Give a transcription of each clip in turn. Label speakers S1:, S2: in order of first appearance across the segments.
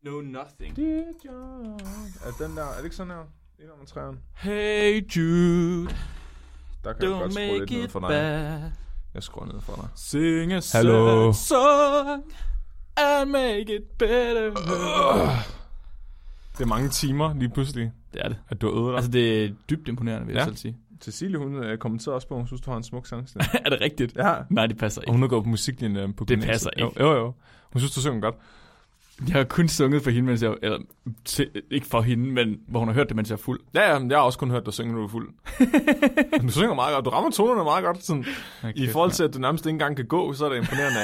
S1: Know nothing.
S2: Dear John. Er den der, er det ikke sådan her? En om træerne.
S1: Hey Jude,
S2: Der kan jeg
S1: don't
S2: godt skrue lidt
S1: make
S2: ned
S1: it
S2: for dig.
S1: bad.
S2: Jeg skruer ned for dig.
S1: Sing a
S2: Hallo.
S1: sad song and make it better.
S3: Øh. Det er mange timer lige pludselig,
S1: Det er det.
S3: at du har øvet dig. Altså,
S1: Altså, det er dybt imponerende, vil jeg
S3: Ja.
S1: selv sige.
S2: Cecilie, hun øh, kommenterede også på, at hun synes, du har en smuk sangstemme.
S1: er det rigtigt?
S2: ja.
S1: Nej, det passer
S3: Og
S1: ikke.
S3: hun har gået på musiklinjen øh, på
S1: Det
S3: gymnasiet.
S1: passer ikke.
S3: Jo, jo, jo. Hun synes, du synger godt.
S1: Jeg har kun sunget for hende, mens jeg... Eller, til, ikke for hende, men hvor hun har hørt det, mens jeg er fuld.
S3: Ja, ja, men jeg har også kun hørt dig synge, når du er fuld. du synger meget godt. Du rammer tonerne meget godt. Sådan, I forhold til, at du nærmest ikke engang kan gå, så er det imponerende,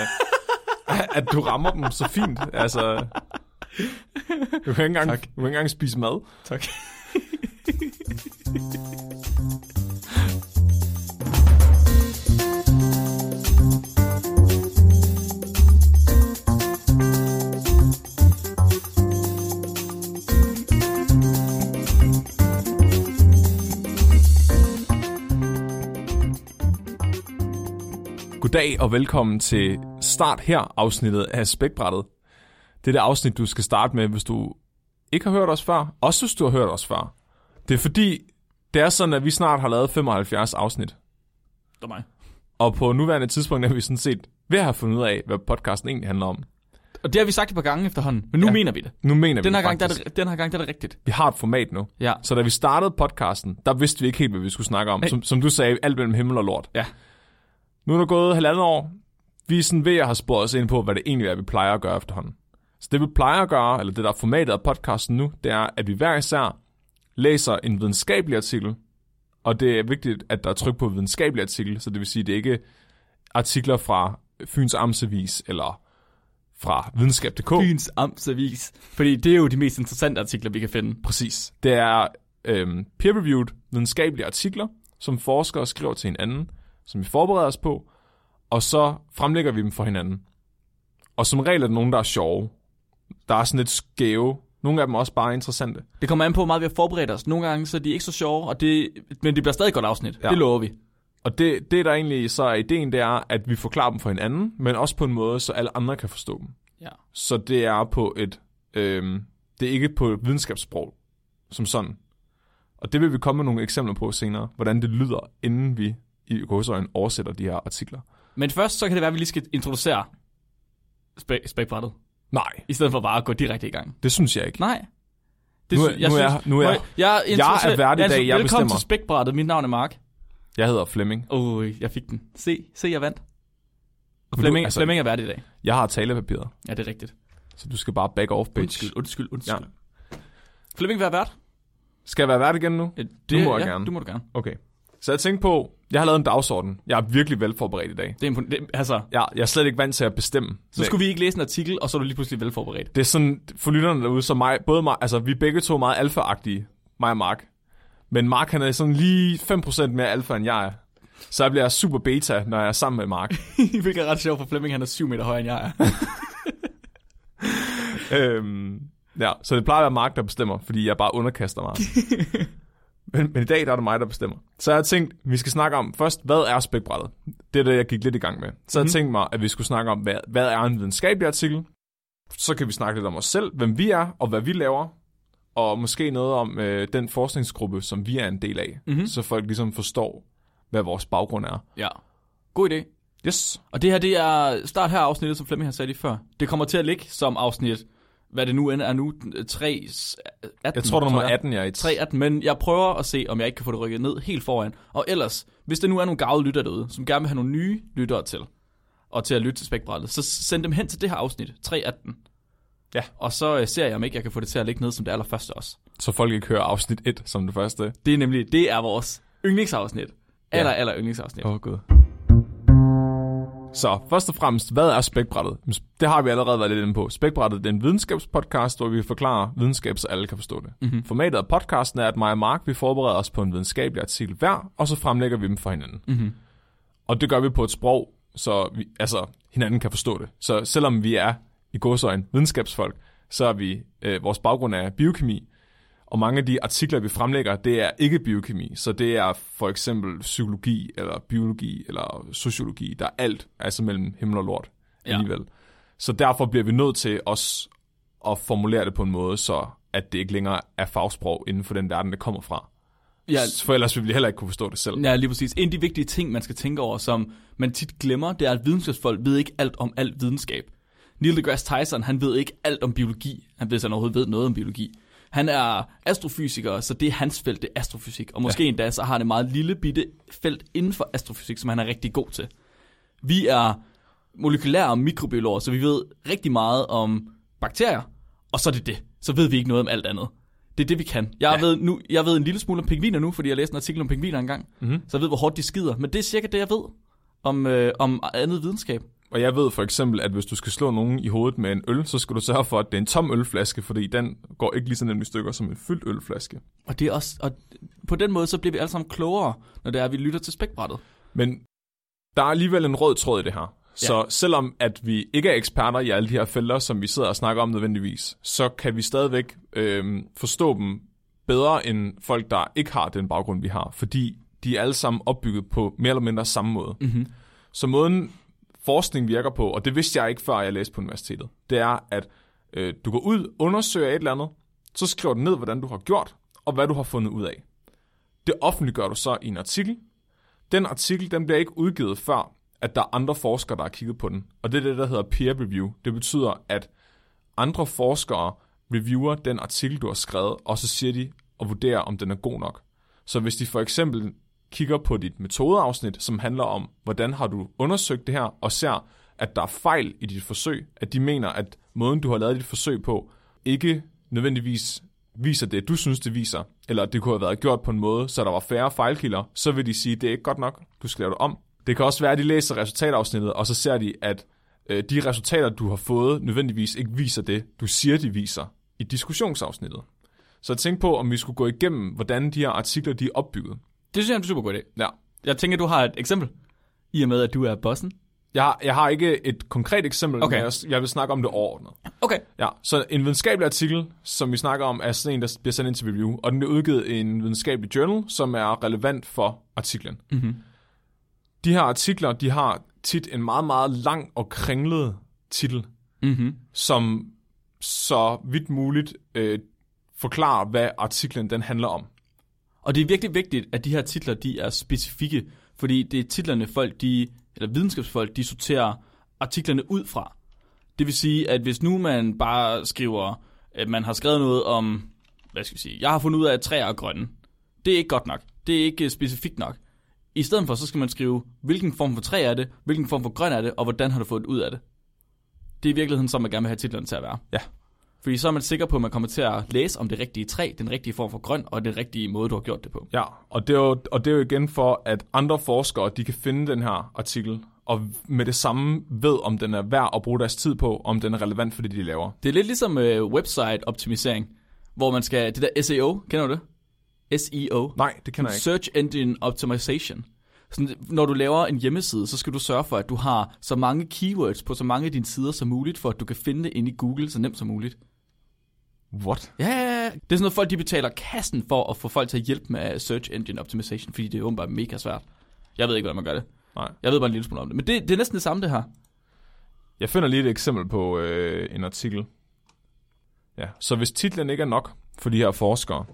S3: at, at du rammer dem så fint. Altså, du kan ikke engang, du kan ikke engang spise mad.
S1: Tak.
S3: Goddag og velkommen til Start her afsnittet af Spækbrættet. Det er det afsnit, du skal starte med, hvis du ikke har hørt os før, også hvis du har hørt os før. Det er fordi, det er sådan, at vi snart har lavet 75 afsnit.
S1: Det var mig.
S3: Og på nuværende tidspunkt er vi sådan set ved at have fundet ud af, hvad podcasten egentlig handler om.
S1: Og det har vi sagt et par gange efterhånden, men nu
S3: Ja.
S1: ja. mener vi det.
S3: Nu mener
S1: Den
S3: vi
S1: her, gang, der er
S3: faktisk,
S1: det, den her gang, der er det rigtigt.
S3: vi har et format nu.
S1: Ja.
S3: Så da vi startede podcasten, der vidste vi ikke helt, hvad vi skulle snakke om.
S1: Nej.
S3: Som, som du sagde, alt mellem himmel og lort.
S1: Ja.
S3: Nu er der gået halvandet år. Vi er sådan ved at have sporet os ind på, hvad det egentlig er, vi plejer at gøre efterhånden. Så det vi plejer at gøre, eller det der er formatet af podcasten nu, det er, at vi hver især læser en videnskabelig artikel. Og det er vigtigt, at der er tryk på videnskabelig artikel, så det vil sige, at det ikke er artikler fra Fyns Amtsavis eller fra videnskab.dk.
S1: Byens Amtsavis. Fordi det er jo de mest interessante artikler, vi kan finde.
S3: Præcis. Det er øhm, peer-reviewed videnskabelige artikler, som forskere skriver til hinanden, som vi forbereder os på, og så fremlægger vi dem for hinanden. Og som regel er der nogen, der er sjove. Der er sådan lidt skæve. Nogle af dem er også bare interessante.
S1: Det kommer an på, hvor meget vi har forberedt os. Nogle gange så er de ikke så sjove, og det, men det bliver stadig et godt afsnit. Ja. Det lover vi.
S3: Og det, det, der egentlig så er ideen, det er, at vi forklarer dem for hinanden, men også på en måde, så alle andre kan forstå dem.
S1: Ja.
S3: Så det er på et... Øhm, det er ikke på et videnskabssprog, som sådan. Og det vil vi komme med nogle eksempler på senere, hvordan det lyder, inden vi i gåsøjne oversætter de her artikler.
S1: Men først så kan det være, at vi lige skal introducere spæk- spækbrættet,
S3: Nej,
S1: i stedet for bare at gå direkte i gang.
S3: det synes jeg ikke.
S1: Nej.
S3: Nu er-
S1: sy-
S3: nu er- nu er-
S1: Må jeg, jeg, introducerer-
S3: er vært i
S1: altså,
S3: dag, jeg
S1: Velkommen
S3: bestemmer.
S1: til spækbrættet. Mit navn er Mark.
S3: Jeg hedder Flemming.
S1: Åh, oh, jeg fik den. Se, se jeg vandt. Og
S3: Men
S1: Flemming, altså,
S3: du- altså-
S1: Flemming er vært i dag.
S3: Jeg har talepapiret,
S1: Ja, det er rigtigt.
S3: så du skal bare back off, bitch.
S1: Undskyld, undskyld, undskyld. Ja.
S3: Ja.
S1: Flemming, hvad er vært?
S3: Skal jeg være vært igen nu?
S1: Ja,
S3: Du må
S1: ja,
S3: gerne.
S1: Du må du gerne.
S3: Okay. Så jeg tænkte på, jeg har lavet en dagsorden. Jeg er virkelig velforberedt i dag.
S1: Det er impon- det, altså,
S3: Jeg, jeg er slet ikke vant til at bestemme.
S1: så skulle vi ikke læse en artikel, og så er du lige pludselig velforberedt.
S3: Det er sådan, for lytterne derude, så mig, både mig, altså vi er begge to meget alfa-agtige, mig og Mark. Men Mark han er sådan lige 5% mere alfa end jeg er. Så jeg bliver super beta, når jeg er sammen med Mark.
S1: Hvilket er ret sjovt, for Flemming han er 7 meter højere end jeg er.
S3: øhm, ja, så det plejer at være Mark, der bestemmer, fordi jeg bare underkaster mig. men, men i dag der er det mig, der bestemmer. Så jeg har tænkt, vi skal snakke om først, hvad er spækbrættet? Det er det, jeg gik lidt i gang med. Så jeg mm. tænkt mig, at vi skulle snakke om, hvad, hvad er en videnskabelig artikel? Så kan vi snakke lidt om os selv, hvem vi er og hvad vi laver. Og måske noget om øh, den forskningsgruppe, som vi er en del af. Mm-hmm. Så folk ligesom forstår, hvad vores baggrund er.
S1: ja. God idé.
S3: Yes.
S1: Og det her, det er start her afsnittet, som Flemming har sagt lige før. Det kommer til at ligge som afsnit, hvad det nu end er nu, 3, 18.
S3: Jeg tror, der er nummer
S1: jeg.
S3: 18, jeg er i.
S1: 3, 18, men jeg prøver at se, om jeg ikke kan få det rykket ned helt foran. Og ellers, hvis der nu er nogle gavede lytter derude, som gerne vil have nogle nye lyttere til, og til at lytte til spækbrættet, så send dem hen til det her afsnit, 3, 18.
S3: Ja.
S1: Og så øh, ser jeg, om ikke jeg kan få det til at ligge ned som det allerførste også.
S3: Så folk ikke hører afsnit 1 som det første.
S1: Det er nemlig, det er vores yndlingsafsnit. Aller, aller yndlingsafsnit.
S3: Åh, oh, gud. Så først og fremmest, hvad er spækbrættet? Det har vi allerede været lidt inde på. Spækbrættet det er en videnskabspodcast, hvor vi forklarer videnskab, så alle kan forstå det. Mm-hmm. Formatet af podcasten er, at mig og Mark vi forbereder os på en videnskabelig artikel hver, og så fremlægger vi dem for hinanden. Mm-hmm. Og det gør vi på et sprog, så vi, altså, hinanden kan forstå det. Så selvom vi er i godsøjen videnskabsfolk, så er vi, øh, vores baggrund er biokemi, og mange af de artikler, vi fremlægger, det er ikke biokemi. Så det er for eksempel psykologi, eller biologi, eller sociologi. Der er alt, altså mellem himmel og lort
S1: Ja.
S3: alligevel. Så derfor bliver vi nødt til os og formulere det på en måde, så at det ikke længere er fagsprog inden for den verden, det kommer fra.
S1: Ja,
S3: For ellers ville vi heller ikke kunne forstå det selv.
S1: ja, lige præcis. En af de vigtige ting, man skal tænke over, som man tit glemmer, det er, at videnskabsfolk ved ikke alt om alt videnskab. Neil deGrasse Tyson, han ved ikke alt om biologi, han, hvis han overhovedet ved noget om biologi. Han er astrofysiker, så det er hans felt, det er astrofysik. Og måske ja. endda, så har han et meget lille bitte felt inden for astrofysik, som han er rigtig god til. Vi er molekylære og mikrobiologer, så vi ved rigtig meget om bakterier, og så er det det. Så ved vi ikke noget om alt andet. Det er det, vi kan. Jeg, ja. ved, nu, jeg ved en lille smule om pingviner nu, fordi jeg læste en artikel om pingviner engang. Mm-hmm. Så jeg ved, hvor hårdt de skider. Men det er cirka det, jeg ved om, øh, om andet videnskab.
S3: Og jeg ved for eksempel, at hvis du skal slå nogen i hovedet med en øl, så skal du sørge for, at det er en tom ølflaske, fordi den går ikke lige så nemt i stykker som en fyldt ølflaske.
S1: Og, det er også, og på den måde, så bliver vi alle sammen klogere, når det er, at vi lytter til spækbrættet.
S3: Men der er alligevel en rød tråd i det her. Så ja. selvom at vi ikke er eksperter i alle de her felter, som vi sidder og snakker om nødvendigvis, så kan vi stadigvæk øh, forstå dem bedre end folk, der ikke har den baggrund, vi har. Fordi de er alle sammen opbygget på mere eller mindre samme måde. Mm-hmm. Så måden forskning virker på, og det vidste jeg ikke, før jeg læste på universitetet, det er, at øh, du går ud, undersøger et eller andet, så skriver du ned, hvordan du har gjort, og hvad du har fundet ud af. Det offentliggør du så i en artikel, den artikel, den bliver ikke udgivet før, at der er andre forskere, der har kigget på den. Og det er det, der hedder peer review. Det betyder, at andre forskere reviewer den artikel, du har skrevet, og så siger de og vurderer, om den er god nok. Så hvis de for eksempel kigger på dit metodeafsnit, som handler om, hvordan har du undersøgt det her, og ser, at der er fejl i dit forsøg, at de mener, at måden, du har lavet dit forsøg på, ikke nødvendigvis viser det, du synes, det viser, eller det kunne have været gjort på en måde, så der var færre fejlkilder, så vil de sige, det er ikke godt nok, du skal lave det om. Det kan også være, at de læser resultatafsnittet, og så ser de, at øh, de resultater, du har fået, nødvendigvis ikke viser det, du siger, de viser i diskussionsafsnittet. Så tænk på, om vi skulle gå igennem, hvordan de her artikler, de er opbygget.
S1: Det synes jeg er en super god idé.
S3: Ja.
S1: Jeg tænker, du har et eksempel. I og med, at du er bossen.
S3: Jeg har, jeg har ikke et konkret eksempel,
S1: Okay.
S3: okay. men jeg, jeg vil snakke om det overordnet.
S1: Okay.
S3: Ja, så en videnskabelig artikel, som vi snakker om, er sådan en, der bliver sendt ind til review, og den bliver udgivet i en videnskabelig journal, som er relevant for artiklen. Mm-hmm. De her artikler, de har tit en meget, meget lang og kringlet titel,
S1: Mm-hmm.
S3: som så vidt muligt øh, forklarer, hvad artiklen den handler om.
S1: Og det er virkelig vigtigt, at de her titler, de er specifikke, fordi det er titlerne folk, de, eller videnskabsfolk, de sorterer artiklerne ud fra. Det vil sige, at hvis nu man bare skriver, at man har skrevet noget om, hvad skal vi sige, jeg har fundet ud af, at træer er grønne. Det er ikke godt nok. Det er ikke øh, specifikt nok. I stedet for, så skal man skrive, hvilken form for træ er det, hvilken form for grøn er det, og hvordan har du fået det ud af det. Det er i virkeligheden, som man gerne vil have titlerne til at være.
S3: Ja.
S1: Fordi så er man sikker på, at man kommer til at læse om det rigtige træ, den rigtige form for grøn, og den rigtige måde, du har gjort det på.
S3: Ja, og det, er jo, og det er jo igen for, at andre forskere, de kan finde den her artikel, og med det samme ved, om den er værd at bruge deres tid på, om den er relevant for det, de laver.
S1: Det er lidt ligesom øh, website-optimisering, hvor man skal... Det der SEO, kender du det? SEO.
S3: Nej, det kender jeg ikke.
S1: Search Engine Optimization. Sådan, når du laver en hjemmeside, så skal du sørge for, at du har så mange keywords på så mange af dine sider som muligt, for at du kan finde det inde i Google så nemt som muligt.
S3: What?
S1: Ja, ja, ja. Det er sådan noget, folk de betaler kassen for at få folk til at hjælpe med Search Engine Optimization, fordi det er åbenbart mega svært. Jeg ved ikke, hvordan man gør det.
S3: Nej.
S1: Jeg ved bare en lille smule om det. Men det, det er næsten det samme, det her.
S3: Jeg finder lige et eksempel på øh, en artikel. Ja, så hvis titlen ikke er nok for de her forskere,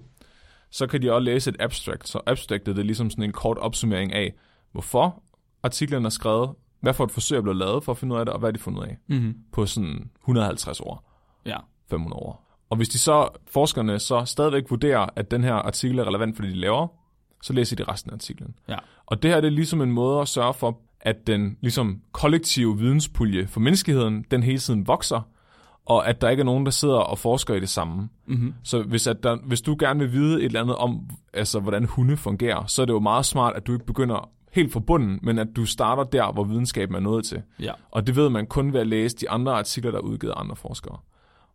S3: så kan de også læse et abstract. Så abstractet det er ligesom sådan en kort opsummering af, hvorfor artiklen er skrevet, hvad for et forsøg er blevet lavet for at finde ud af det, og hvad de fundet ud af
S1: Mm-hmm.
S3: på sådan 150 år.
S1: Ja.
S3: 500 år. Og hvis de så, forskerne så stadigvæk vurderer, at den her artikel er relevant for det, de laver, så læser de resten af artiklen.
S1: Ja.
S3: Og det her det er ligesom en måde at sørge for, at den ligesom kollektive videnspulje for menneskeheden, den hele tiden vokser, og at der ikke er nogen, der sidder og forsker i det samme.
S1: Mm-hmm.
S3: Så hvis, at der, hvis du gerne vil vide et eller andet om, altså, hvordan hunde fungerer, så er det jo meget smart, at du ikke begynder helt fra bunden, men at du starter der, hvor videnskaben er nået til.
S1: Ja.
S3: Og det ved man kun ved at læse de andre artikler, der er udgivet af andre forskere.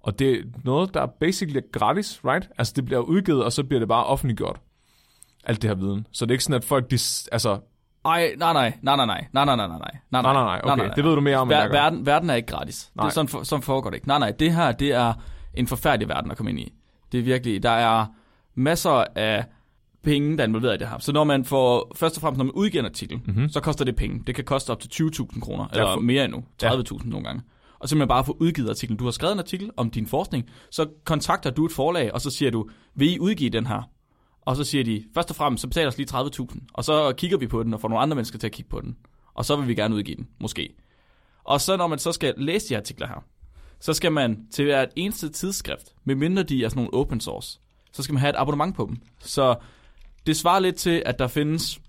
S3: Og det er noget, der er basically gratis, right? Altså det bliver udgivet, og så bliver det bare offentliggjort. Alt det her viden. Så det er ikke sådan, at folk... De, s- altså,
S1: Ej, nej, nej, nej, nej, nej, nej, nej, nej, nej, nej,
S3: nej, nej, nej, okay. Det ved du mere om, end jeg
S1: Ver-
S3: gør.
S1: verden, verden er ikke gratis. Nej. Det
S3: Nej.
S1: er sådan, for, sådan foregår det ikke. Nej, nej, det her, det er en forfærdelig verden at komme ind i. Det er virkelig, der er masser af penge, der er involveret i det her. Så når man får, først og fremmest, når man udgiver en artikel, mm-hmm. så koster det penge. Det kan koste op til 20.000 kroner, eller
S3: Mhm. for-
S1: mere endnu,
S3: Ja.
S1: 30.000 nogle gange. og simpelthen bare få udgivet artiklen. Du har skrevet en artikel om din forskning, så kontakter du et forlag, og så siger du, vil I udgive den her? Og så siger de, først og fremmest, så betaler os lige 30.000, og så kigger vi på den og får nogle andre mennesker til at kigge på den. Og så vil vi gerne udgive den, måske. Og så når man så skal læse de artikler her, så skal man til hvert eneste tidsskrift, medmindre de er sådan nogle open source, så skal man have et abonnement på dem. Så det svarer lidt til, at der findes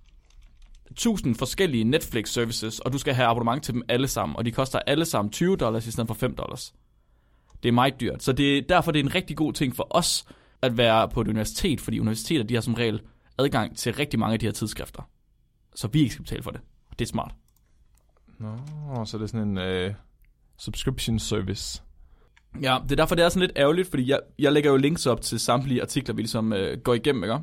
S1: 1000 forskellige Netflix-services, og du skal have abonnement til dem alle sammen, og de koster alle sammen 20 dollars i stedet for 5 dollars. Det er meget dyrt, så det er, derfor det er en rigtig god ting for os at være på et universitet, fordi universiteter de har som regel adgang til rigtig mange af de her tidsskrifter. Så vi ikke skal betale for det. Og det er smart.
S3: Nå, så er det sådan en øh, subscription service.
S1: Ja, det er derfor, det er sådan lidt ærgerligt, fordi jeg, jeg lægger jo links op til samtlige artikler, vi ligesom øh, går igennem, ikke?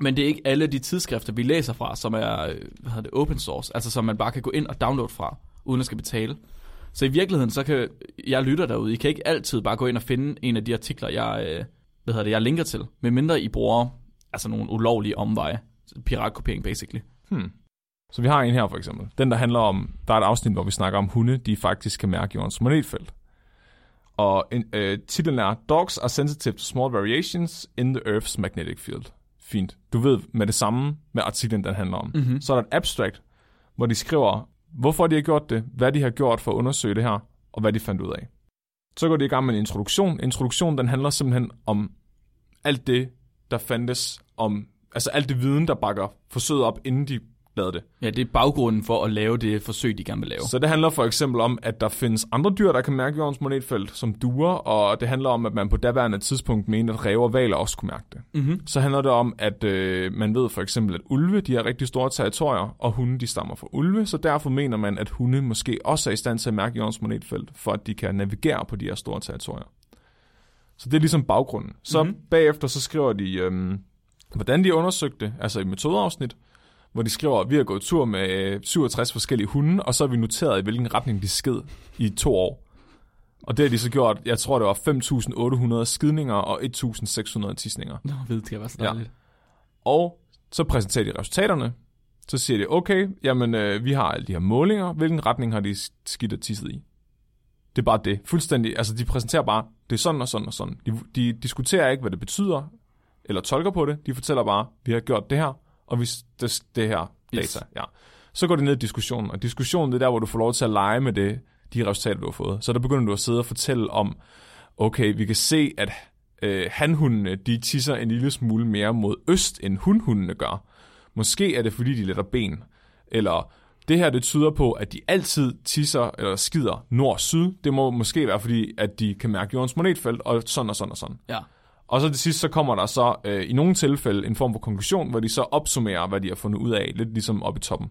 S1: Men det er ikke alle de tidsskrifter, vi læser fra, som er øh, hvad hedder det, open source, altså som man bare kan gå ind og downloade fra, uden at skal betale. Så i virkeligheden, så kan jeg lytter derude, I kan ikke altid bare gå ind og finde en af de artikler, jeg, øh, hvad hedder det, jeg linker til, medmindre I bruger altså nogle ulovlige omveje. Piratkopiering, basically.
S3: Hmm. Så vi har en her for eksempel. Den, der handler om, der er et afsnit, hvor vi snakker om hunde, de faktisk kan mærke jordens magnetfelt. Og en, øh, titlen er Dogs are sensitive to small variations in the Earth's magnetic field. Fint. Du ved med det samme med artiklen, den handler om.
S1: Mhm.
S3: Så er der et abstract, hvor de skriver, hvorfor de har gjort det, hvad de har gjort for at undersøge det her, og hvad de fandt ud af. Så går de i gang med en introduktion. Introduktionen, den handler simpelthen om alt det, der fandtes om, altså alt det viden, der bakker forsøget op, inden de lavede det.
S1: Ja, det er baggrunden for at lave det forsøg, de gerne vil lave.
S3: Så det handler for eksempel om, at der findes andre dyr, der kan mærke jordens magnetfelt, som duer, og det handler om, at man på daværende tidspunkt mente, at ræve og valer også kunne mærke det.
S1: Mm-hmm.
S3: Så handler det om, at øh, man ved for eksempel, at ulve de har rigtig store territorier, og hunde de stammer fra ulve, så derfor mener man, at hunde måske også er i stand til at mærke jordens magnetfelt, for at de kan navigere på de her store territorier. Så det er ligesom baggrunden. Så
S1: Mhm.
S3: mm-hmm. bagefter så skriver de, øhm, hvordan de undersøgte det, altså i metodeafsnit, hvor de skriver, at vi har gået tur med øh, 67 forskellige hunde, og så har vi noteret, i hvilken retning de sked i to år. Og det har de så gjort, jeg tror det var 5.800 skidninger og 1.600 tisninger.
S1: Nå, ved, det kan være så
S3: Ja.
S1: dejligt.
S3: Og så præsenterer de resultaterne. Så siger de, okay, jamen øh, vi har alle de her målinger. Hvilken retning har de skidt og tisset i? Det er bare det. Fuldstændig. Altså de præsenterer bare, det er sådan og sådan og sådan. De, de diskuterer ikke, hvad det betyder, eller tolker på det. De fortæller bare, vi har gjort det her, og vi, det, det her data.
S1: Yes.
S3: Yes. Ja. Så går det ned i diskussionen, og diskussionen det er der, hvor du får lov til at lege med det, de resultater, du har fået. Så der begynder du at sidde og fortælle om, okay, vi kan se, at øh, hanhundene, de tisser en lille smule mere mod øst, end hunhundene gør. Måske er det, fordi de letter ben. Eller det her, det tyder på, at de altid tisser eller skider nord-syd. Det må måske være, fordi at de kan mærke jordens magnetfelt, og sådan og sådan og sådan.
S1: Ja.
S3: Og så til sidst, så kommer der så øh, i nogle tilfælde en form for konklusion, hvor de så opsummerer, hvad de har fundet ud af, lidt ligesom oppe i toppen.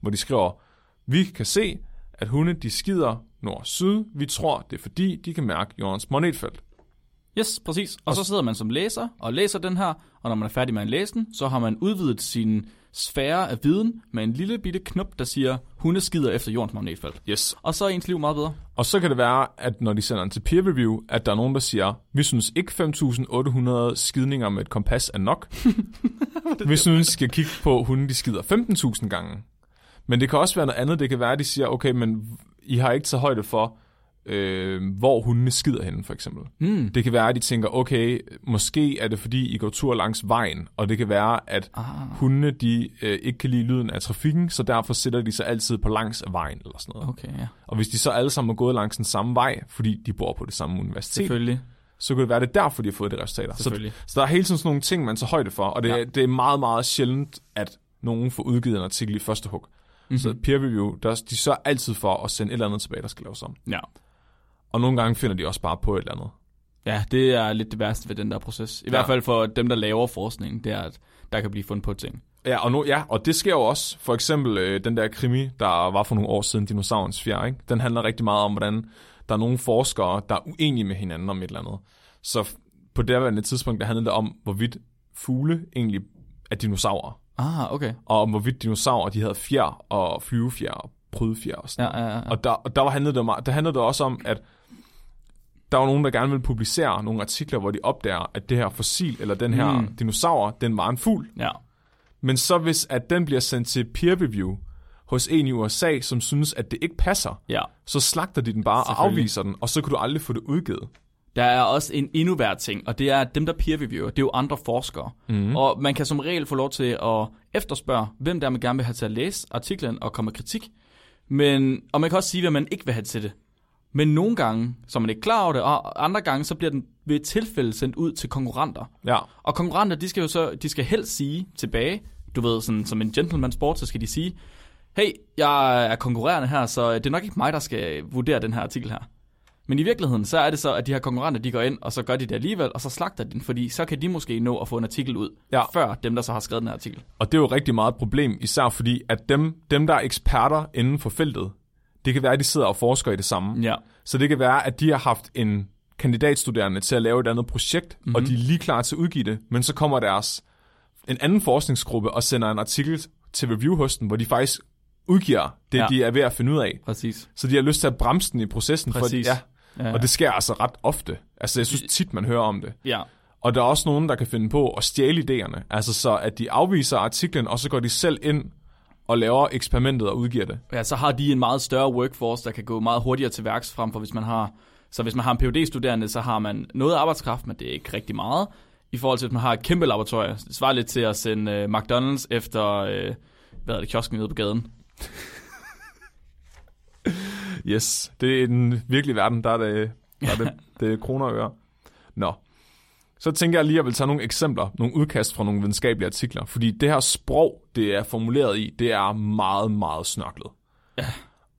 S3: Hvor de skriver, vi kan se, at hunde de skider nord-syd. Vi tror, det er fordi, de kan mærke jordens magnetfelt.
S1: Yes, præcis. Og så sidder man som læser og læser den her, og når man er færdig med at læse den, så har man udvidet sin sfære af viden med en lille bitte knop, der siger, hunde skider efter jordens magnetfelt.
S3: Yes.
S1: Og så er ens liv meget bedre.
S3: Og så kan det være, at når de sender den til peer review, at der er nogen, der siger, vi synes ikke 5.800 skidninger med et kompas er nok. vi synes, vi skal kigge på hunde, de skider 15.000 gange. Men det kan også være noget andet. Det kan være, at de siger, okay, men I har ikke taget højde for, øh, hvor hundene skider henne, for eksempel.
S1: Mm.
S3: Det kan være, at de tænker, okay, måske er det, fordi I går tur langs vejen, og det kan være, at
S1: Ah,
S3: hundene, de øh, ikke kan lide lyden af trafikken, så derfor sætter de sig altid på langs af vejen, eller sådan noget.
S1: okay, ja.
S3: Og hvis de så alle sammen er gået langs den samme vej, fordi de bor på det samme universitet,
S1: Selvfølgelig.
S3: så kunne det være, det er derfor, de har fået de resultater. Så,
S1: Selvfølgelig.
S3: så der er hele tiden sådan nogle ting, man tager højde for, og det,
S1: Ja.
S3: ja. det er meget, meget sjældent, at nogen får udgivet en artikel i første hug.
S1: Mhm.
S3: Mm-hmm. Så peer review, der, de sørger altid for at sende et eller andet tilbage, der skal laves om.
S1: Ja.
S3: Og nogle gange finder de også bare på et eller andet.
S1: ja, det er lidt det værste ved den der proces. I ja. hvert fald for dem, der laver forskning, det er, at der kan blive fundet på ting.
S3: Ja, og, nu, ja, og det sker jo også. For eksempel øh, den der krimi, der var for nogle år siden, Dinosaurens fjer, ikke? den handler rigtig meget om, hvordan der er nogle forskere, der er uenige med hinanden om et eller andet. Så f- på derværende tidspunkt, der handlede det om, hvorvidt fugle egentlig er dinosaurer,
S1: Ah, okay.
S3: og om hvorvidt dinosaurer, de havde fjer og flyvefjer og prydefjer og sådan
S1: Ja, ja, ja.
S3: og der, og der var handlede det, om, der handlede det også om, at der var nogen, der gerne ville publicere nogle artikler, hvor de opdager, at det her fossil, eller den her
S1: Mm.
S3: mm. dinosaur, den var en fugl.
S1: ja.
S3: Men så hvis at den bliver sendt til peer review hos en i USA, som synes, at det ikke passer,
S1: Ja.
S3: så slagter de den bare og
S1: Selvfølgelig.
S3: afviser den, og så kan du aldrig få det udgivet.
S1: Der er også en endnu værre ting, og det er, at dem, der peer-reviewer, det er jo andre forskere. Mm. Og man kan som regel få lov til at efterspørge, hvem der man gerne vil have til at læse artiklen og komme med kritik. Men, og man kan også sige, hvad man ikke vil have til det. Men nogle gange, så er man ikke klar over det, og andre gange, så bliver den ved et tilfælde sendt ud til konkurrenter.
S3: Ja,
S1: Og konkurrenter, de skal jo så, de skal helst sige tilbage, du ved, sådan, som en gentleman sport, så skal de sige, hey, jeg er konkurrerende her, så det er nok ikke mig, der skal vurdere den her artikel her. Men i virkeligheden, så er det så, at de her konkurrenter, de går ind, og så gør de det alligevel, og så slagter de den, fordi så kan de måske nå at få en artikel ud,
S3: Ja.
S1: før dem, der så har skrevet den her artikel.
S3: og det er jo rigtig meget et problem, især fordi, at dem, dem der er eksperter inden for feltet, det kan være, at de sidder og forsker i det samme.
S1: Ja.
S3: Så det kan være, at de har haft en kandidatstuderende til at lave et andet projekt, mm-hmm.
S1: Mhm.
S3: og de er lige klar til at udgive det, men så kommer deres en anden forskningsgruppe og sender en artikel til review hos den, hvor de faktisk udgiver det,
S1: Ja.
S3: ja. de er ved at finde ud af.
S1: Præcis.
S3: Så de har lyst til at bremse den i processen.
S1: Præcis.
S3: For, ja.
S1: Ja.
S3: Ja. Og det sker altså ret ofte. Altså jeg synes tit, man hører om det.
S1: Ja.
S3: Og der er også nogen, der kan finde på at stjæle idéerne. Altså så, at de afviser artiklen, og så går de selv ind og laver eksperimentet og udgiver det.
S1: Ja, så har de en meget større workforce, der kan gå meget hurtigere til værks frem for, hvis man har... Så hvis man har en phd studerende så har man noget arbejdskraft, men det er ikke rigtig meget. I forhold til, at man har et kæmpe laboratorium. Det svarer lidt til at sende øh, McDonald's efter... Øh, hvad er det, kiosken nede på gaden?
S3: Yes, det er den virkelige verden, der er det, der er det, det er kroner og øre. Nå, så tænker jeg lige, at jeg vil tage nogle eksempler, nogle udkast fra nogle videnskabelige artikler, fordi det her sprog, det er formuleret i, det er meget, meget snørklet. Ja.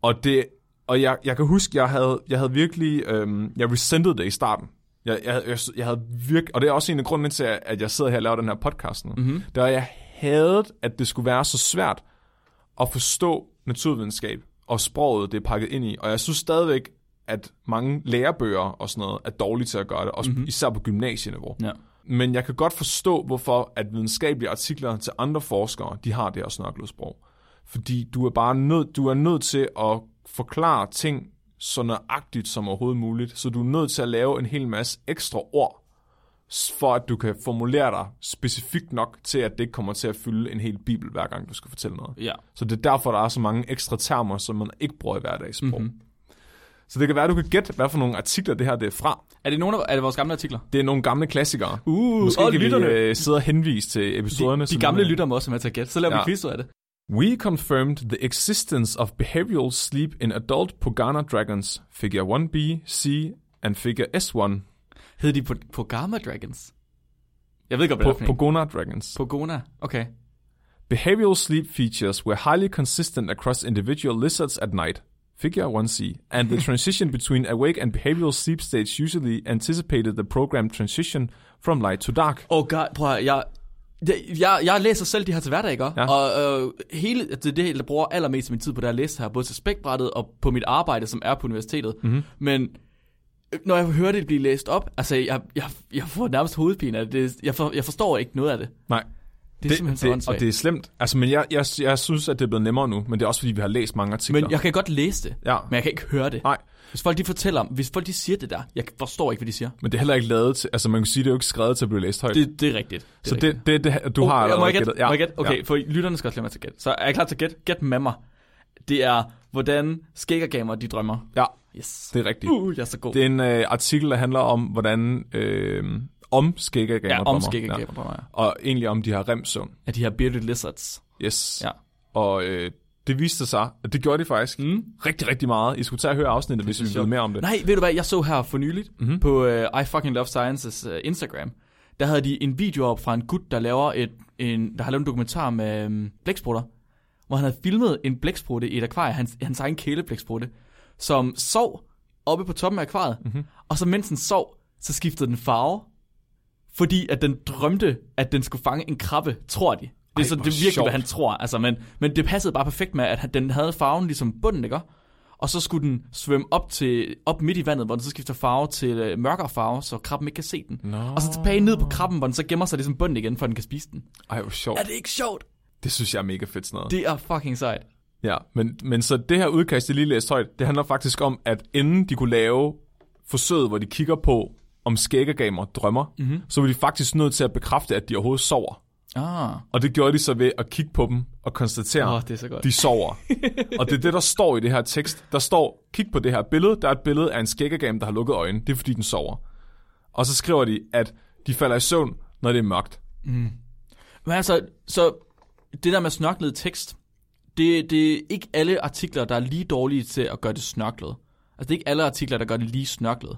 S3: Og, det, og jeg, jeg kan huske, jeg havde, jeg havde virkelig, øhm, jeg resentede det i starten. Jeg, jeg, jeg, jeg havde virk, og det er også en af grundene til, at- at jeg sidder her og laver den her podcast nu. Mm-hmm. Det var, at jeg havde, at det skulle være så svært at forstå naturvidenskab og sproget, det er pakket ind i. Og jeg synes stadigvæk, at mange lærebøger og sådan noget er dårlige til at gøre det, også mm-hmm. især på gymnasieniveau.
S1: Ja.
S3: Men jeg kan godt forstå, hvorfor at videnskabelige artikler til andre forskere, de har det her snørklede sprog. Fordi du er bare nødt, du er nødt til at forklare ting så nøjagtigt som overhovedet muligt, så du er nødt til at lave en hel masse ekstra ord, s- for at du kan formulere dig specifikt nok til, at det ikke kommer til at fylde en hel bibel, hver gang du skal fortælle noget.
S1: Ja.
S3: Så det er derfor, der er så mange ekstra termer, som man ikke bruger i hverdagssprog. Mm-hmm. Så det kan være, at du kan gætte, hvad for nogle artikler det her det er fra.
S1: Er det nogle af er det vores gamle artikler?
S3: Det er nogle gamle klassikere.
S1: Uh,
S3: Måske
S1: og
S3: kan
S1: lytterne.
S3: vi øh, sidde og henvise til episoderne.
S1: De, de
S3: så
S1: gamle
S3: nu-
S1: lytter må også være med til at gætte. Så laver ja.
S3: Ja.
S1: vi quiz ud af det.
S3: We confirmed the existence of behavioral sleep in adult Pogana dragons, figure 1b, c and figure s1.
S1: Hed de på, på Gamma Dragons? Jeg ved ikke, hvad det er
S3: Po-
S1: for en.
S3: Pogona dragons.
S1: Pogona. Okay.
S3: Behavioral sleep features were highly consistent across individual lizards at night, figure 1c, and the transition between awake and behavioral sleep states usually anticipated the programmed transition from light to dark.
S1: Åh, oh god, prøv at, høre, jeg, jeg, jeg, jeg læser selv de her til hverdag, ikke? Ja.
S3: Ja.
S1: Og øh, hele, det er det, jeg bruger allermest af min tid på, det er at læse her, både til spækbrættet og på mit arbejde, som er på universitetet.
S3: Mhm.
S1: Mm-hmm. Men øh, når jeg hører det blive læst op, altså jeg, jeg, jeg får nærmest hovedpine af det. Jeg, for, jeg forstår ikke noget af det. Det
S3: Nej,
S1: er det, simpelthen så
S3: det, og
S1: åndssvagt.
S3: det er slemt. Altså, men jeg, jeg, jeg synes, at det er blevet nemmere nu, men det er også, fordi vi har læst mange artikler.
S1: Men jeg kan godt læse det,
S3: Ja.
S1: men jeg kan ikke høre det.
S3: Nej,
S1: Hvis folk de fortæller om, hvis folk de siger det der, jeg forstår ikke, hvad de siger.
S3: men det er heller ikke lavet til... Altså, man kan sige, det er jo ikke skrevet til at blive læst højt. Det,
S1: Det, det er rigtigt. Det er
S3: så
S1: rigtigt.
S3: det, det, det, du har
S1: Oh, må jeg gætte?
S3: Ja,
S1: Må jeg gætte? Okay,
S3: ja.
S1: for lytterne skal også lade mig til at gætte. Så er jeg klar til at gætte? Gæt med mig. Det er, hvordan skæggergamer de drømmer.
S3: ja,
S1: Yes.
S3: det er rigtigt.
S1: Uh, jeg er så god.
S3: Det er en øh, artikel, der handler om, hvordan... Øh, om skæggegamer.
S1: ja, om skæggergamer drømmer, ja.
S3: Og egentlig om, de har remsøvn.
S1: Af de her bearded lizards.
S3: Yes.
S1: Ja.
S3: Og øh, det viste sig, at det gjorde de faktisk mm. rigtig, rigtig meget. I skulle tage og høre afsnittet, hvis I ville vide mere om det.
S1: Nej, ved du hvad, jeg så her for nyligt
S3: Mhm.
S1: mm-hmm. på uh, I Fucking Love Sciences uh, Instagram. Der havde de en video op fra en gut, der laver et, en, der har lavet en dokumentar med um, blæksprutter. Hvor han havde filmet en blæksprutte i et akvarie, hans, hans egen kæleblæksprutte, som sov oppe på toppen af akvariet. Mm-hmm. Og så mens den sov, så skiftede den farve, fordi at den drømte, at den skulle fange en krabbe, tror de. Det er,
S3: Ej,
S1: så, det
S3: hvor
S1: er virkelig,
S3: sjovt.
S1: hvad han tror. Altså, men, men det passede bare perfekt med, at han- den havde farven ligesom bunden, ikke? Og så skulle den svømme op, til, op midt i vandet, hvor den så skifter farve til øh, mørkere farve, så krabben ikke kan se den.
S3: Nå.
S1: Og så tilbage ned på krabben, hvor den så gemmer sig ligesom bunden igen, for den kan spise den.
S3: Ej, hvor sjovt.
S1: Er det ikke sjovt?
S3: Det synes jeg er mega fedt sådan noget.
S1: Det er fucking sejt.
S3: Ja, men, men så det her udkast, jeg lige læste højt, det handler faktisk om, at inden de kunne lave forsøget, hvor de
S1: Mhm.
S3: kigger på, om skæggegamer drømmer, mm-hmm. så var de faktisk nødt til at bekræfte, at de overhovedet sover.
S1: Ah.
S3: Og det gjorde de så ved at kigge på dem og konstatere,
S1: Åh, det er så godt.
S3: de sover. og det er det, der står i det her tekst. Der står, kig på det her billede. Der er et billede af en skæggegame, der har lukket øjnene. Det er, fordi den sover. Og så skriver de, at de falder i søvn, når det er mørkt.
S1: Men altså, så det der med snørklet tekst, det, det er ikke alle artikler, der er lige dårlige til at gøre det snørklet. Altså det er ikke alle artikler, der gør det lige snørklet.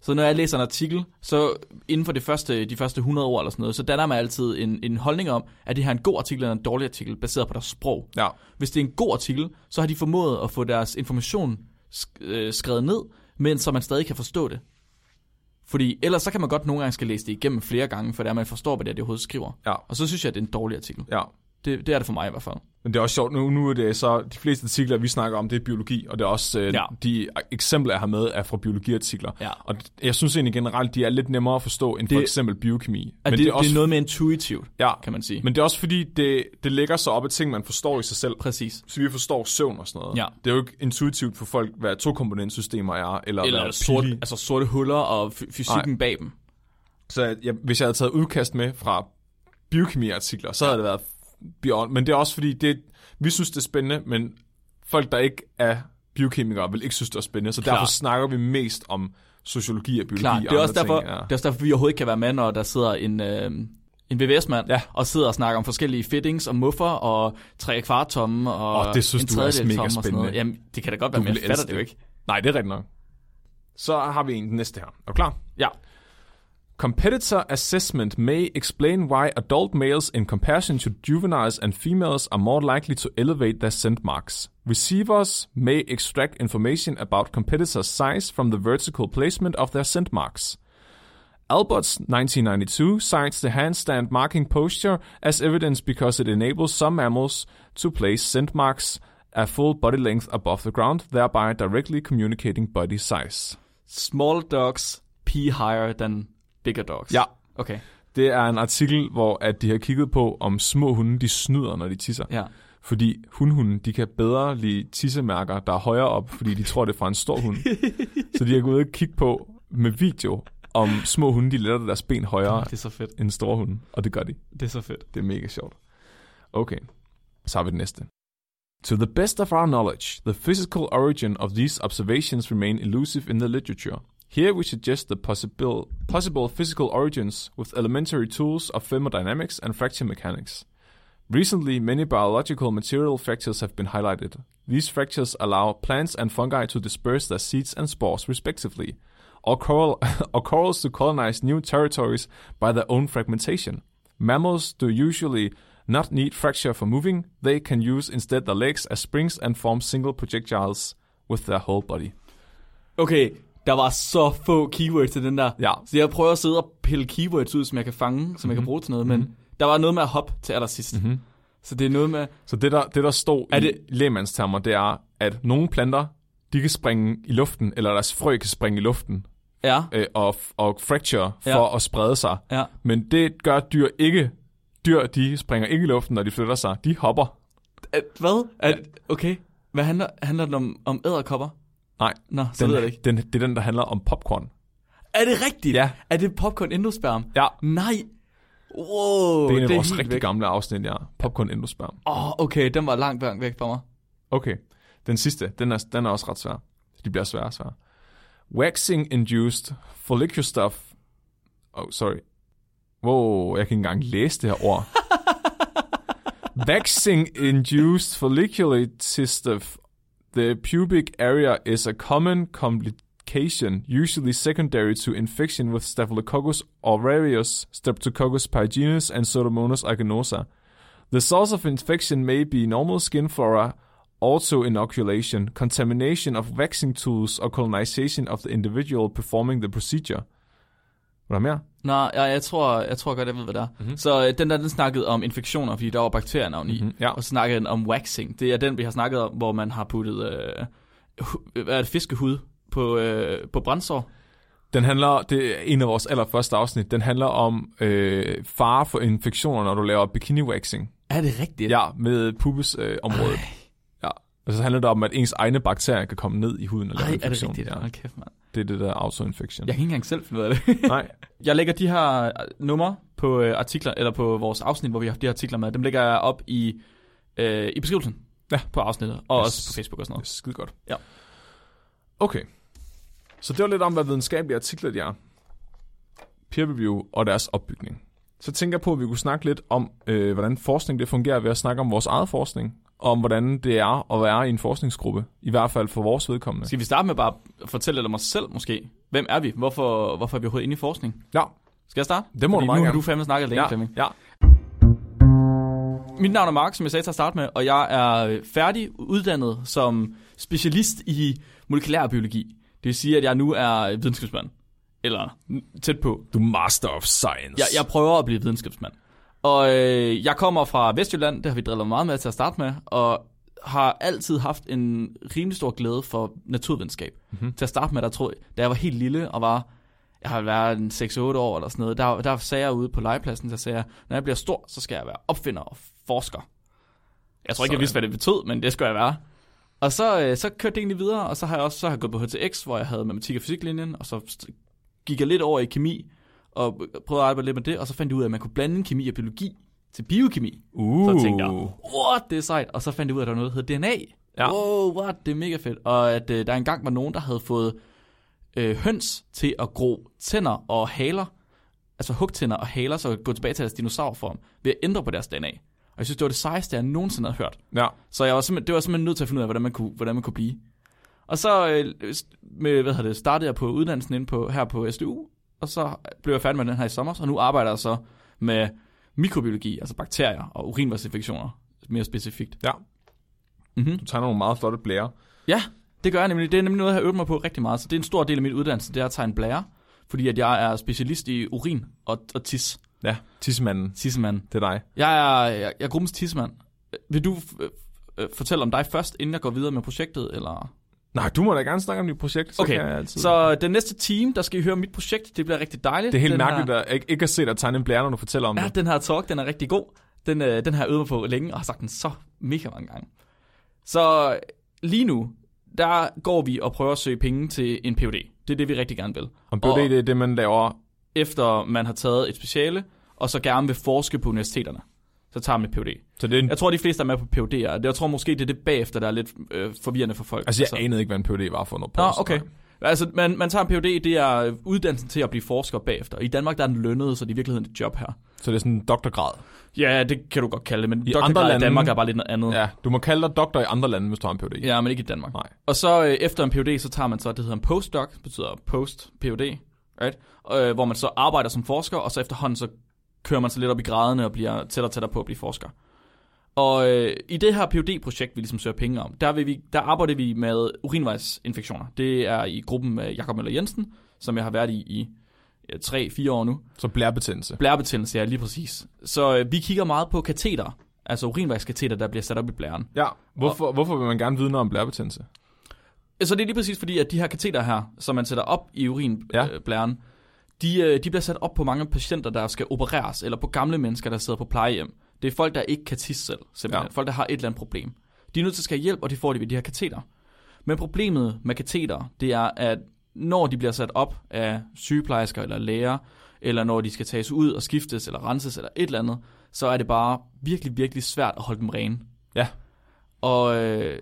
S1: Så når jeg læser en artikel, så inden for det første, de første 100 ord eller sådan noget, så danner man altid en, en holdning om, at det her er en god artikel eller en dårlig artikel, baseret på deres sprog.
S3: Ja.
S1: Hvis det er en god artikel, så har de formået at få deres information sk- øh, skrevet ned, men så man stadig kan forstå det. Fordi ellers så kan man godt nogle gange skal læse det igennem flere gange, for der man forstår, hvad det er, det overhovedet skriver.
S3: Ja.
S1: Og så synes jeg, at det er en dårlig artikel.
S3: Ja.
S1: Det, det er det for mig i hvert fald.
S3: Men det er også sjovt, nu, nu er det så, de fleste artikler, vi snakker om, det er biologi, og det er også øh,
S1: Ja.
S3: ja. de eksempler, jeg har med, er fra biologiartikler.
S1: Ja.
S3: Og jeg synes egentlig generelt, de er lidt nemmere at forstå, end det, for
S1: Det-
S3: eksempel biokemi.
S1: At det, det, er også... det er noget mere intuitivt,
S3: ja,
S1: kan man sige. Men...
S3: men det er også fordi, det, det lægger sig op af ting, man forstår i sig selv.
S1: Præcis.
S3: Så vi forstår søvn og sådan noget.
S1: Ja.
S3: Det er jo ikke intuitivt for folk, hvad tokomponentsystemer er, eller,
S1: Eller
S3: hvad
S1: sort,
S3: pili-
S1: altså sorte huller og f- fysikken Nej. bag dem.
S3: Så jeg, jeg, hvis jeg havde taget udkast med fra biokemiartikler, så havde det været beyond. Men det er også fordi, det, vi synes, det er spændende, men folk, der ikke er biokemikere, vil ikke synes, det er spændende. Så Klar. derfor snakker vi mest om sociologi og biologi
S1: Klart.
S3: og
S1: Det er, også
S3: andre
S1: derfor,
S3: ting.
S1: det er også derfor, vi overhovedet ikke kan være med, når der sidder en, øh, en VVS-mand
S3: Ja.
S1: og sidder og snakker om forskellige fittings og muffer og tre kvarttomme og
S3: Åh, det synes
S1: en
S3: du er
S1: tredjedel
S3: mega
S1: tomme og sådan noget.
S3: spændende.
S1: Jamen, det kan da godt være,
S3: Du
S1: men
S3: vil
S1: jeg fatter
S3: elske
S1: det jo
S3: det.
S1: ikke.
S3: Nej, det er rigtigt nok. Så har vi en den næste her. Er du klar?
S1: Ja.
S3: Competitor assessment may explain why adult males in comparison to juveniles and females are more likely to elevate their scent marks. Receivers may extract information about competitors' size from the vertical placement of their scent marks. Albert's 1992 cites the handstand marking posture as evidence because it enables some mammals to place scent marks a full body length above the ground, thereby directly communicating body size.
S1: Small dogs pee higher than bigger dogs.
S3: Ja.
S1: Okay,
S3: Det er en artikel, hvor at de har kigget på, om små hunde de snyder, når de tisser.
S1: ja.
S3: Fordi hundhunden, de kan bedre lide tissemærker, der er højere op, fordi de tror, det er fra en stor hund. så de har gået ud og kigge på med video, om små hunde, de letter deres ben højere
S1: Det er så fedt.
S3: end store hunde. Og det gør de.
S1: Det er så fedt.
S3: Det er mega sjovt. Okay, så har vi det næste. To the best of our knowledge, the physical origin of these observations remain elusive in the literature. Here we suggest the possible, possible physical origins with elementary tools of thermodynamics and fracture mechanics. Recently, many biological material fractures have been highlighted. These fractures allow plants and fungi to disperse their seeds and spores respectively, or, coral, or corals to colonize new territories by their own fragmentation. Mammals do usually not need fracture for moving, they can use instead their legs as springs and form single projectiles with their whole body.
S1: Okay, der var så få keywords til den der.
S3: Ja. Mhm.
S1: Så jeg prøver at sidde og pille keywords ud, som jeg kan fange, som mm-hmm. jeg kan bruge til noget, men mm-hmm. der var noget med at hoppe til allersidst. Mm-hmm. Så det er noget med...
S3: Så det der, det, der stod
S1: Er
S3: er
S1: det-
S3: det... i lægmandstermer, det er, at nogle planter, de kan springe i luften, eller deres frø kan springe i luften,
S1: Ja,
S3: øh, og, og fracture for
S1: Ja.
S3: ja. at sprede sig.
S1: ja.
S3: Men det gør dyr ikke. Dyr, de springer ikke i luften, når de flytter sig. De hopper.
S1: At, hvad? At, okay, hvad handler, handler den om? Om æderkopper?
S3: Nej,
S1: Nå, så
S3: den,
S1: ved jeg det ikke.
S3: Den, det er den, der handler om popcorn.
S1: Er det rigtigt?
S3: Ja.
S1: Er det popcorn endosperm?
S3: Ja.
S1: Nej. Wow,
S3: Det er en af vores
S1: helt
S3: rigtig
S1: væk.
S3: gamle afsnit, ja. Popcorn endosperm.
S1: Åh, oh, okay, den var langt langt væk fra mig.
S3: Okay. Den sidste, den er, den er også ret svær. De bliver svære og svære. Waxing-induced follicular stuff. Oh, sorry. Wow, jeg kan ikke engang læse det her ord. Waxing-induced folliculitis stuff. The pubic area is a common complication, usually secondary to infection with Staphylococcus aureus, Streptococcus pyogenes, and Pseudomonas aeruginosa. The source of infection may be normal skin flora, also inoculation, contamination of vaccine tools, or colonization of the individual performing the procedure. Var der mere?
S1: Nå, ja, jeg tror, jeg tror godt, jeg ved, hvad det er. Mm-hmm. Så øh, den der, den snakkede om infektioner, fordi der var bakterienavn i.
S3: Mhm, ja.
S1: Og så snakkede den om waxing. Det er den, vi har snakket om, hvor man har puttet øh, hu- hvad er det, fiskehud på, øh, på brændsår.
S3: Den handler, det er en af vores allerførste afsnit, den handler om øh, fare for infektioner, når du laver bikini-waxing.
S1: Er det rigtigt?
S3: Ja, med pubesområdet. Øh, området. ja. Og så handler det om, at ens egne bakterier kan komme ned i huden og lave
S1: Ej, er det
S3: infektion.
S1: rigtigt?
S3: Ja,
S1: Hold kæft, mand.
S3: det er det der autoinfection.
S1: Jeg kan ikke engang selv finde ud af det.
S3: Nej,
S1: Jeg lægger de her øh, numre på øh, artikler, eller på vores afsnit, hvor vi har haft de her artikler med. Dem lægger jeg op i, øh, i beskrivelsen ja. på afsnittet, og
S3: Yes.
S1: også på Facebook og sådan
S3: Det er
S1: noget.
S3: skide godt.
S1: Ja.
S3: Okay. Så det var lidt om, hvad videnskabelige artikler de er. Peer review og deres opbygning. Så tænker jeg på, at vi kunne snakke lidt om, øh, hvordan forskning det fungerer ved at snakke om vores eget forskning, og om hvordan det er at være i en forskningsgruppe, i hvert fald for vores vedkommende.
S1: Skal vi starte med bare at fortælle lidt om os selv måske? Hvem er vi? Hvorfor, hvorfor er vi overhovedet inde i forskning?
S3: Ja,
S1: Skal jeg starte?
S3: Det må du
S1: Fordi
S3: meget
S1: nu har
S3: gerne.
S1: du fandme snakket længe,
S3: ja,
S1: Flemming.
S3: ja.
S1: Mit navn er Mark, som jeg sagde til at starte med, og jeg er øh, færdig uddannet som specialist i molekylær biologi. Det vil sige, at jeg nu er øh, videnskabsmand. Eller n- tæt på.
S3: Du er master of science.
S1: Jeg, jeg prøver at blive videnskabsmand. Og øh, jeg kommer fra Vestjylland, det har vi drillet meget med til at starte med, og har altid haft en rimelig stor glæde for naturvidenskab. Mm-hmm. Til at starte med, der tror jeg, da jeg var helt lille og var, jeg har været en 6-8 år eller sådan noget, der, der sagde jeg ude på legepladsen, der sagde jeg, når jeg bliver stor, så skal jeg være opfinder og forsker. Jeg tror ikke, jeg
S3: Sådan.
S1: vidste, hvad det betød, men det skulle jeg være. Og så, øh, så kørte det egentlig videre, og så har jeg også så har jeg gået på HTX, hvor jeg havde matematik- og fysiklinjen, og så st- gik jeg lidt over i kemi, og prøvede at arbejde lidt med det, og så fandt jeg ud af, at man kunne blande kemi og biologi til biokemi.
S3: Uh.
S1: Så tænkte jeg, what, det er sejt. Og så fandt jeg ud af, at der var noget, der hed DNA.
S3: Ja.
S1: Wow, what, det er mega fedt. Og at øh, der engang var nogen, der havde fået øh, høns til at gro tænder og haler, altså hugtænder og haler, så gå tilbage til deres dinosaurform, ved at ændre på deres DNA. Og jeg synes, det var det sejeste, jeg nogensinde havde hørt.
S3: Ja.
S1: Så jeg var simpelthen, det var simpelthen nødt til at finde ud af, hvordan man kunne, hvordan man kunne blive. Og så øh, st- med, hvad hedder det, startede jeg på uddannelsen inde på, her på SDU, og så blev jeg færdig med den her i sommer, og nu arbejder jeg så med mikrobiologi, altså bakterier og urinvejsinfektioner, mere specifikt.
S3: ja.
S1: Mhm.
S3: Du tegner nogle meget flotte blære.
S1: Ja, det gør jeg nemlig. Det er nemlig noget, jeg har øvet mig på rigtig meget, så det er en stor del af min uddannelse, det er at tegne blære, fordi at jeg er specialist i urin og, og tis,
S3: Ja, tissemanden.
S1: tissemand.
S3: Det er dig.
S1: Jeg er, jeg, jeg er gruppens tissemand. Vil du øh, øh, fortælle om dig først, inden jeg går videre med projektet, eller...
S3: Nej, du må da gerne snakke om dit projekt, så
S1: Okay,
S3: kan jeg altid.
S1: Så den næste time, der skal I høre om mit projekt. Det bliver rigtig dejligt.
S3: Det er helt
S1: den
S3: mærkeligt
S1: Her,
S3: at ikke, ikke at se dig tegne en blære, når du fortæller om
S1: ja,
S3: det.
S1: den her talk, den er rigtig god. Den, øh, den har jeg øvet mig på længe, og har sagt den så mega mange gange. Så lige nu, der går vi og prøver at søge penge til en PhD. Det er det, vi rigtig gerne vil.
S3: Om PhD,
S1: Og-
S3: det er det, man laver.
S1: Efter man har taget et speciale, og så gerne vil forske på universiteterne, så tager man et PhD.
S3: Så det er en,
S1: Jeg tror, de fleste er med på PhD'er. Jeg tror måske, det er det bagefter, der er lidt øh, forvirrende for folk.
S3: altså, jeg
S1: Så-
S3: anede ikke, hvad en PhD var for noget
S1: Nå, okay. Altså, man, man tager en PhD, det er øh, uddannelsen til at blive forsker bagefter. I Danmark, der er den lønnet, så det er i virkeligheden et job her.
S3: Så det er sådan en doktorgrad.
S1: Ja, det kan du godt kalde det, men I
S3: andre
S1: doktorgrad i
S3: lande-
S1: Danmark er bare lidt noget andet.
S3: Ja, du må kalde dig doktor i andre lande, hvis du har en PhD.
S1: ja men ikke i Danmark.
S3: Nej.
S1: Og så øh, efter en PhD, så tager man så det, der hedder en postdoc, det betyder post-PhD, right? øh, hvor man så arbejder som forsker, og så efterhånden så kører man så lidt op i graderne og bliver tættere og tættere på at blive forsker. Og øh, i det her phd projekt vi ligesom søger penge om, der, vil vi, der arbejder vi med urinvejsinfektioner. Det er i gruppen med Jakob Møller Jensen, som jeg har været i i ja, 3-4 år nu.
S3: Så blærebetændelse.
S1: Blærebetændelse, ja, lige præcis. Så øh, vi kigger meget på kateter, altså urinvejskateter, der bliver sat op i blæren.
S3: Ja, hvorfor, hvorfor vil man gerne vide noget om blærebetændelse?
S1: Så det er lige præcis fordi, at de her kateter her, som man sætter op i
S3: Ja.
S1: urinblæren, ja. de, øh, de bliver sat op på mange patienter, der skal opereres, eller på gamle mennesker, der sidder på plejehjem. Det er folk, der ikke kan tisse selv, simpelthen.
S3: Ja.
S1: Ja. Folk, der har et eller andet problem. De er nødt til at skal have hjælp, og det får de ved de her kateter. Men problemet med kateter, det er, at når de bliver sat op af sygeplejersker eller læger, eller når de skal tages ud og skiftes eller renses eller et eller andet, så er det bare virkelig, virkelig svært at holde dem rene.
S3: Ja.
S1: Og øh,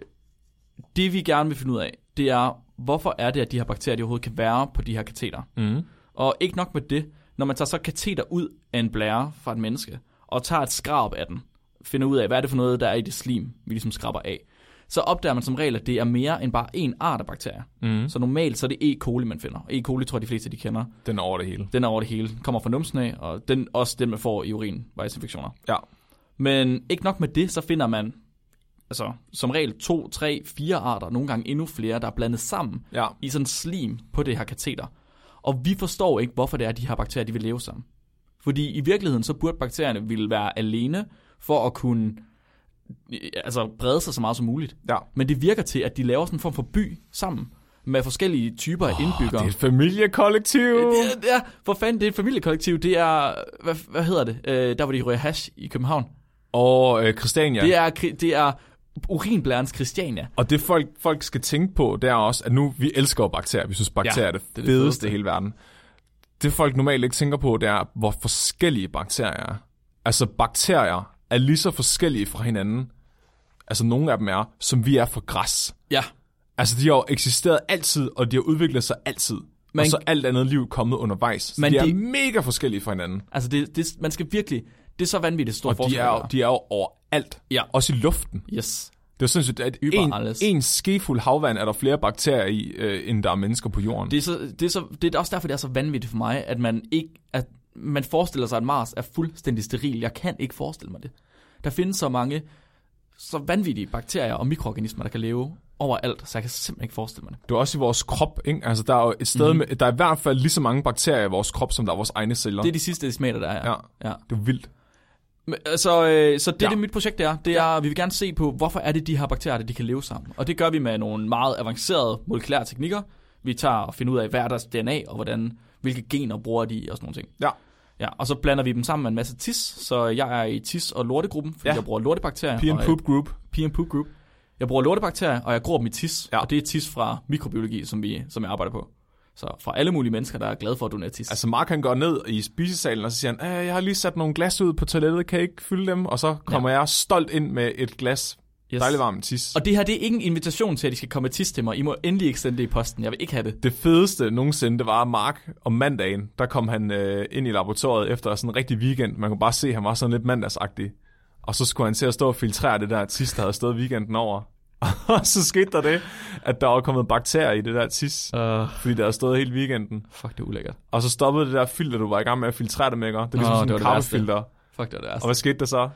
S1: det vi gerne vil finde ud af, det er, hvorfor er det, at de her bakterier de overhovedet kan være på de her kateter?
S3: Mm.
S1: Og ikke nok med det, når man tager så et kateter ud af en blære fra et menneske, og tager et skrab af den, finder ud af, hvad er det for noget, der er i det slim, vi ligesom skraber af, så opdager man som regel, at det er mere end bare én art af bakterier.
S3: Mm.
S1: Så normalt så er det E. coli, man finder. E. coli tror jeg, de fleste de kender.
S3: Den er over det hele.
S1: Den er over det hele. Kommer fra numsen af, og den, også den, man får i urinvejsinfektioner.
S3: Ja.
S1: Men ikke nok med det, så finder man altså, som regel to, tre, fire arter, nogle gange endnu flere, der er blandet sammen
S3: Ja.
S1: i sådan slim på det her kateter. Og vi forstår ikke, hvorfor det er, at de her bakterier de vil leve sammen. Fordi i virkeligheden, så burde bakterierne ville være alene for at kunne øh, altså, brede sig så meget som muligt.
S3: Ja.
S1: Men det virker til, at de laver sådan en form for by sammen med forskellige typer af indbyggere.
S3: Det er et familiekollektiv.
S1: Det, det er, for fanden, det er et familiekollektiv. Det er, hvad, hvad hedder det? Øh, der var de røg hash i København.
S3: Og øh,
S1: Ja.
S3: Christiania.
S1: Det er, kri- det er urinblærens Christiania.
S3: Og det folk, folk skal tænke på, det er også, at nu, vi elsker jo bakterier. Vi synes, bakterier ja, er det, det fedeste i hele verden. det folk normalt ikke tænker på, det er, hvor forskellige bakterier er. Altså bakterier er lige så forskellige fra hinanden, altså nogle af dem er, som vi er fra græs.
S1: Ja,
S3: Altså de har jo eksisteret altid, og de har udviklet sig altid. Men,
S1: Man-
S3: og så alt andet liv kommet undervejs. Så
S1: Men
S3: de er
S1: de-
S3: mega forskellige fra hinanden.
S1: altså det, det, man skal virkelig... Det er så vanvittigt stor
S3: Og de
S1: forskel.
S3: er, jo- de er jo overalt.
S1: Ja.
S3: Også i luften.
S1: Yes.
S3: Det er jo sindssygt, at en,
S1: Überall alles.
S3: en skefuld havvand er der flere bakterier i, øh, end der er mennesker på jorden.
S1: Det er, så, det, er så, det er også derfor, det er så vanvittigt for mig, at man ikke at man forestiller sig, at Mars er fuldstændig steril. Jeg kan ikke forestille mig det. Der findes så mange så vanvittige bakterier og mikroorganismer, der kan leve overalt, så jeg kan simpelthen ikke forestille mig det.
S3: Det er også i vores krop, ikke? Altså, der er jo et sted
S1: Mhm.
S3: mm-hmm. med, der er i hvert fald lige så mange bakterier i vores krop, som der er vores egne celler.
S1: Det er de sidste decimaler, der er.
S3: Ja.
S1: ja.
S3: det er vildt.
S1: Men, altså, øh, så det
S3: Ja.
S1: ja. det mit projekt det er, det er, vi vil gerne se på, hvorfor er det de her bakterier, at de kan leve sammen. Og det gør vi med nogle meget avancerede molekylære teknikker. Vi tager og finder ud af, hvad er deres DNA, og hvordan, hvilke gener bruger de, og sådan nogle ting.
S3: Ja.
S1: Ja, og så blander vi dem sammen med en masse tis, så jeg er i tis- og lortegruppen, fordi
S3: Ja.
S1: ja. jeg bruger lortebakterier.
S3: Pee and
S1: og-
S3: poop group.
S1: Pee and poop group. Jeg bruger lortebakterier, og jeg gror dem i tis,
S3: Ja.
S1: ja. og det er tis fra mikrobiologi, som, vi, som jeg arbejder på. Så fra alle mulige mennesker, der er glade for at donere tis. Altså,
S3: Altså, Mark han går ned i spisesalen, og så siger han, "Øh, jeg har lige sat nogle glas ud på toilettet, kan I ikke fylde dem? Og så kommer ja. jeg stolt ind med et glas yes.
S1: Yes.
S3: dejlig varm tis. Og
S1: og det her, det er ikke en invitation til, at I skal komme med tis til mig. I må endelig ikke sende det i posten. Jeg vil ikke have det.
S3: det fedeste nogensinde, det var at Mark om mandagen, der kom han øh, ind i laboratoriet efter sådan en rigtig weekend. Man kunne bare se, at han var sådan lidt mandagsagtig. Og så skulle han til at stå og filtrere det der tis, der havde stået weekenden over. Og så skete der det, at der var kommet bakterier i det der tis,
S1: Uh,
S3: fordi der havde stået hele weekenden.
S1: fuck, det er ulækkert.
S3: Og så stoppede det der filter, du var i gang med at filtrere det med, ikke? Det er ligesom
S1: Nå,
S3: sådan
S1: det
S3: en
S1: var det værste.
S3: kaffefilter.
S1: Fuck, det var det
S3: Og
S1: værste.
S3: hvad skete der så?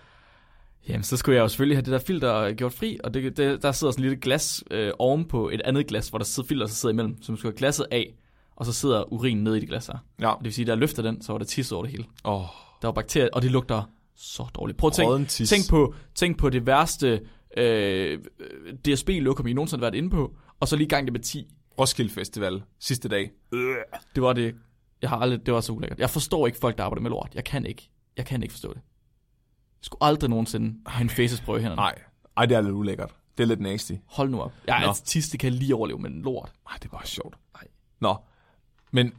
S1: Jamen, så skulle jeg jo selvfølgelig have det der filter gjort fri, og det, det, der sidder sådan et lille glas øh, oven på et andet glas, hvor der sidder filter, så sidder imellem, så man skulle have glasset af, og så sidder urinen nede i det glas her.
S3: Ja.
S1: Og det vil sige, da jeg løfter den, så var der tis over det hele.
S3: Åh, oh,
S1: Der var bakterier, og det lugter så dårligt. Prøv at tænke,
S3: tis.
S1: tænk, på, tænk på det værste øh, DSB-lokum, I nogensinde har været inde på, og så lige gang det med 10.
S3: Roskilde Festival sidste dag.
S1: Det var det. Jeg har aldrig, det var så ulækkert. Jeg forstår ikke folk, der arbejder med lort. Jeg kan ikke. Jeg kan ikke forstå det. Jeg skulle aldrig nogensinde have en facesprøve i hænderne.
S3: Nej, Ej, det er lidt ulækkert. Det er lidt nasty.
S1: Hold nu op. Jeg er
S3: Nå.
S1: altså tis, det kan jeg lige overleve, men lort.
S3: Ej, det er bare sjovt.
S1: Ej.
S3: Nå, men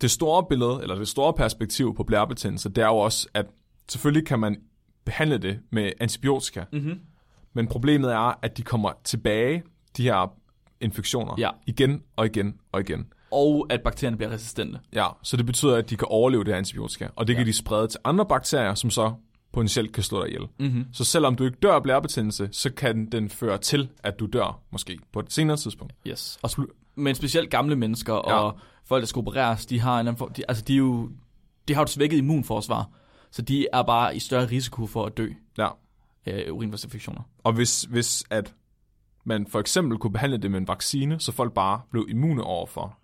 S3: det store billede, eller det store perspektiv på blærebetændelse, det er jo også, at selvfølgelig kan man behandle det med antibiotika,
S1: Mhm.
S3: men problemet er, at de kommer tilbage, de her infektioner,
S1: Ja.
S3: igen og igen og igen.
S1: Og at bakterierne bliver resistente.
S3: Ja, så det betyder, at de kan overleve det her antibiotika, og det ja. kan de sprede til andre bakterier, som så potentielt kan slå dig ihjel.
S1: Mhm.
S3: Mm-hmm. Så selvom du ikke dør af blærebetændelse, så kan den føre til, at du dør, måske på et senere tidspunkt.
S1: Yes. Og, sp- men specielt gamle mennesker og folk, der skal opereres, de har en anden form, de, altså de, er jo, de har jo et svækket immunforsvar. Så de er bare i større risiko for at dø
S3: Ja.
S1: af urinvejsinfektioner.
S3: Og hvis, hvis at man for eksempel kunne behandle det med en vaccine, så folk bare blev immune over for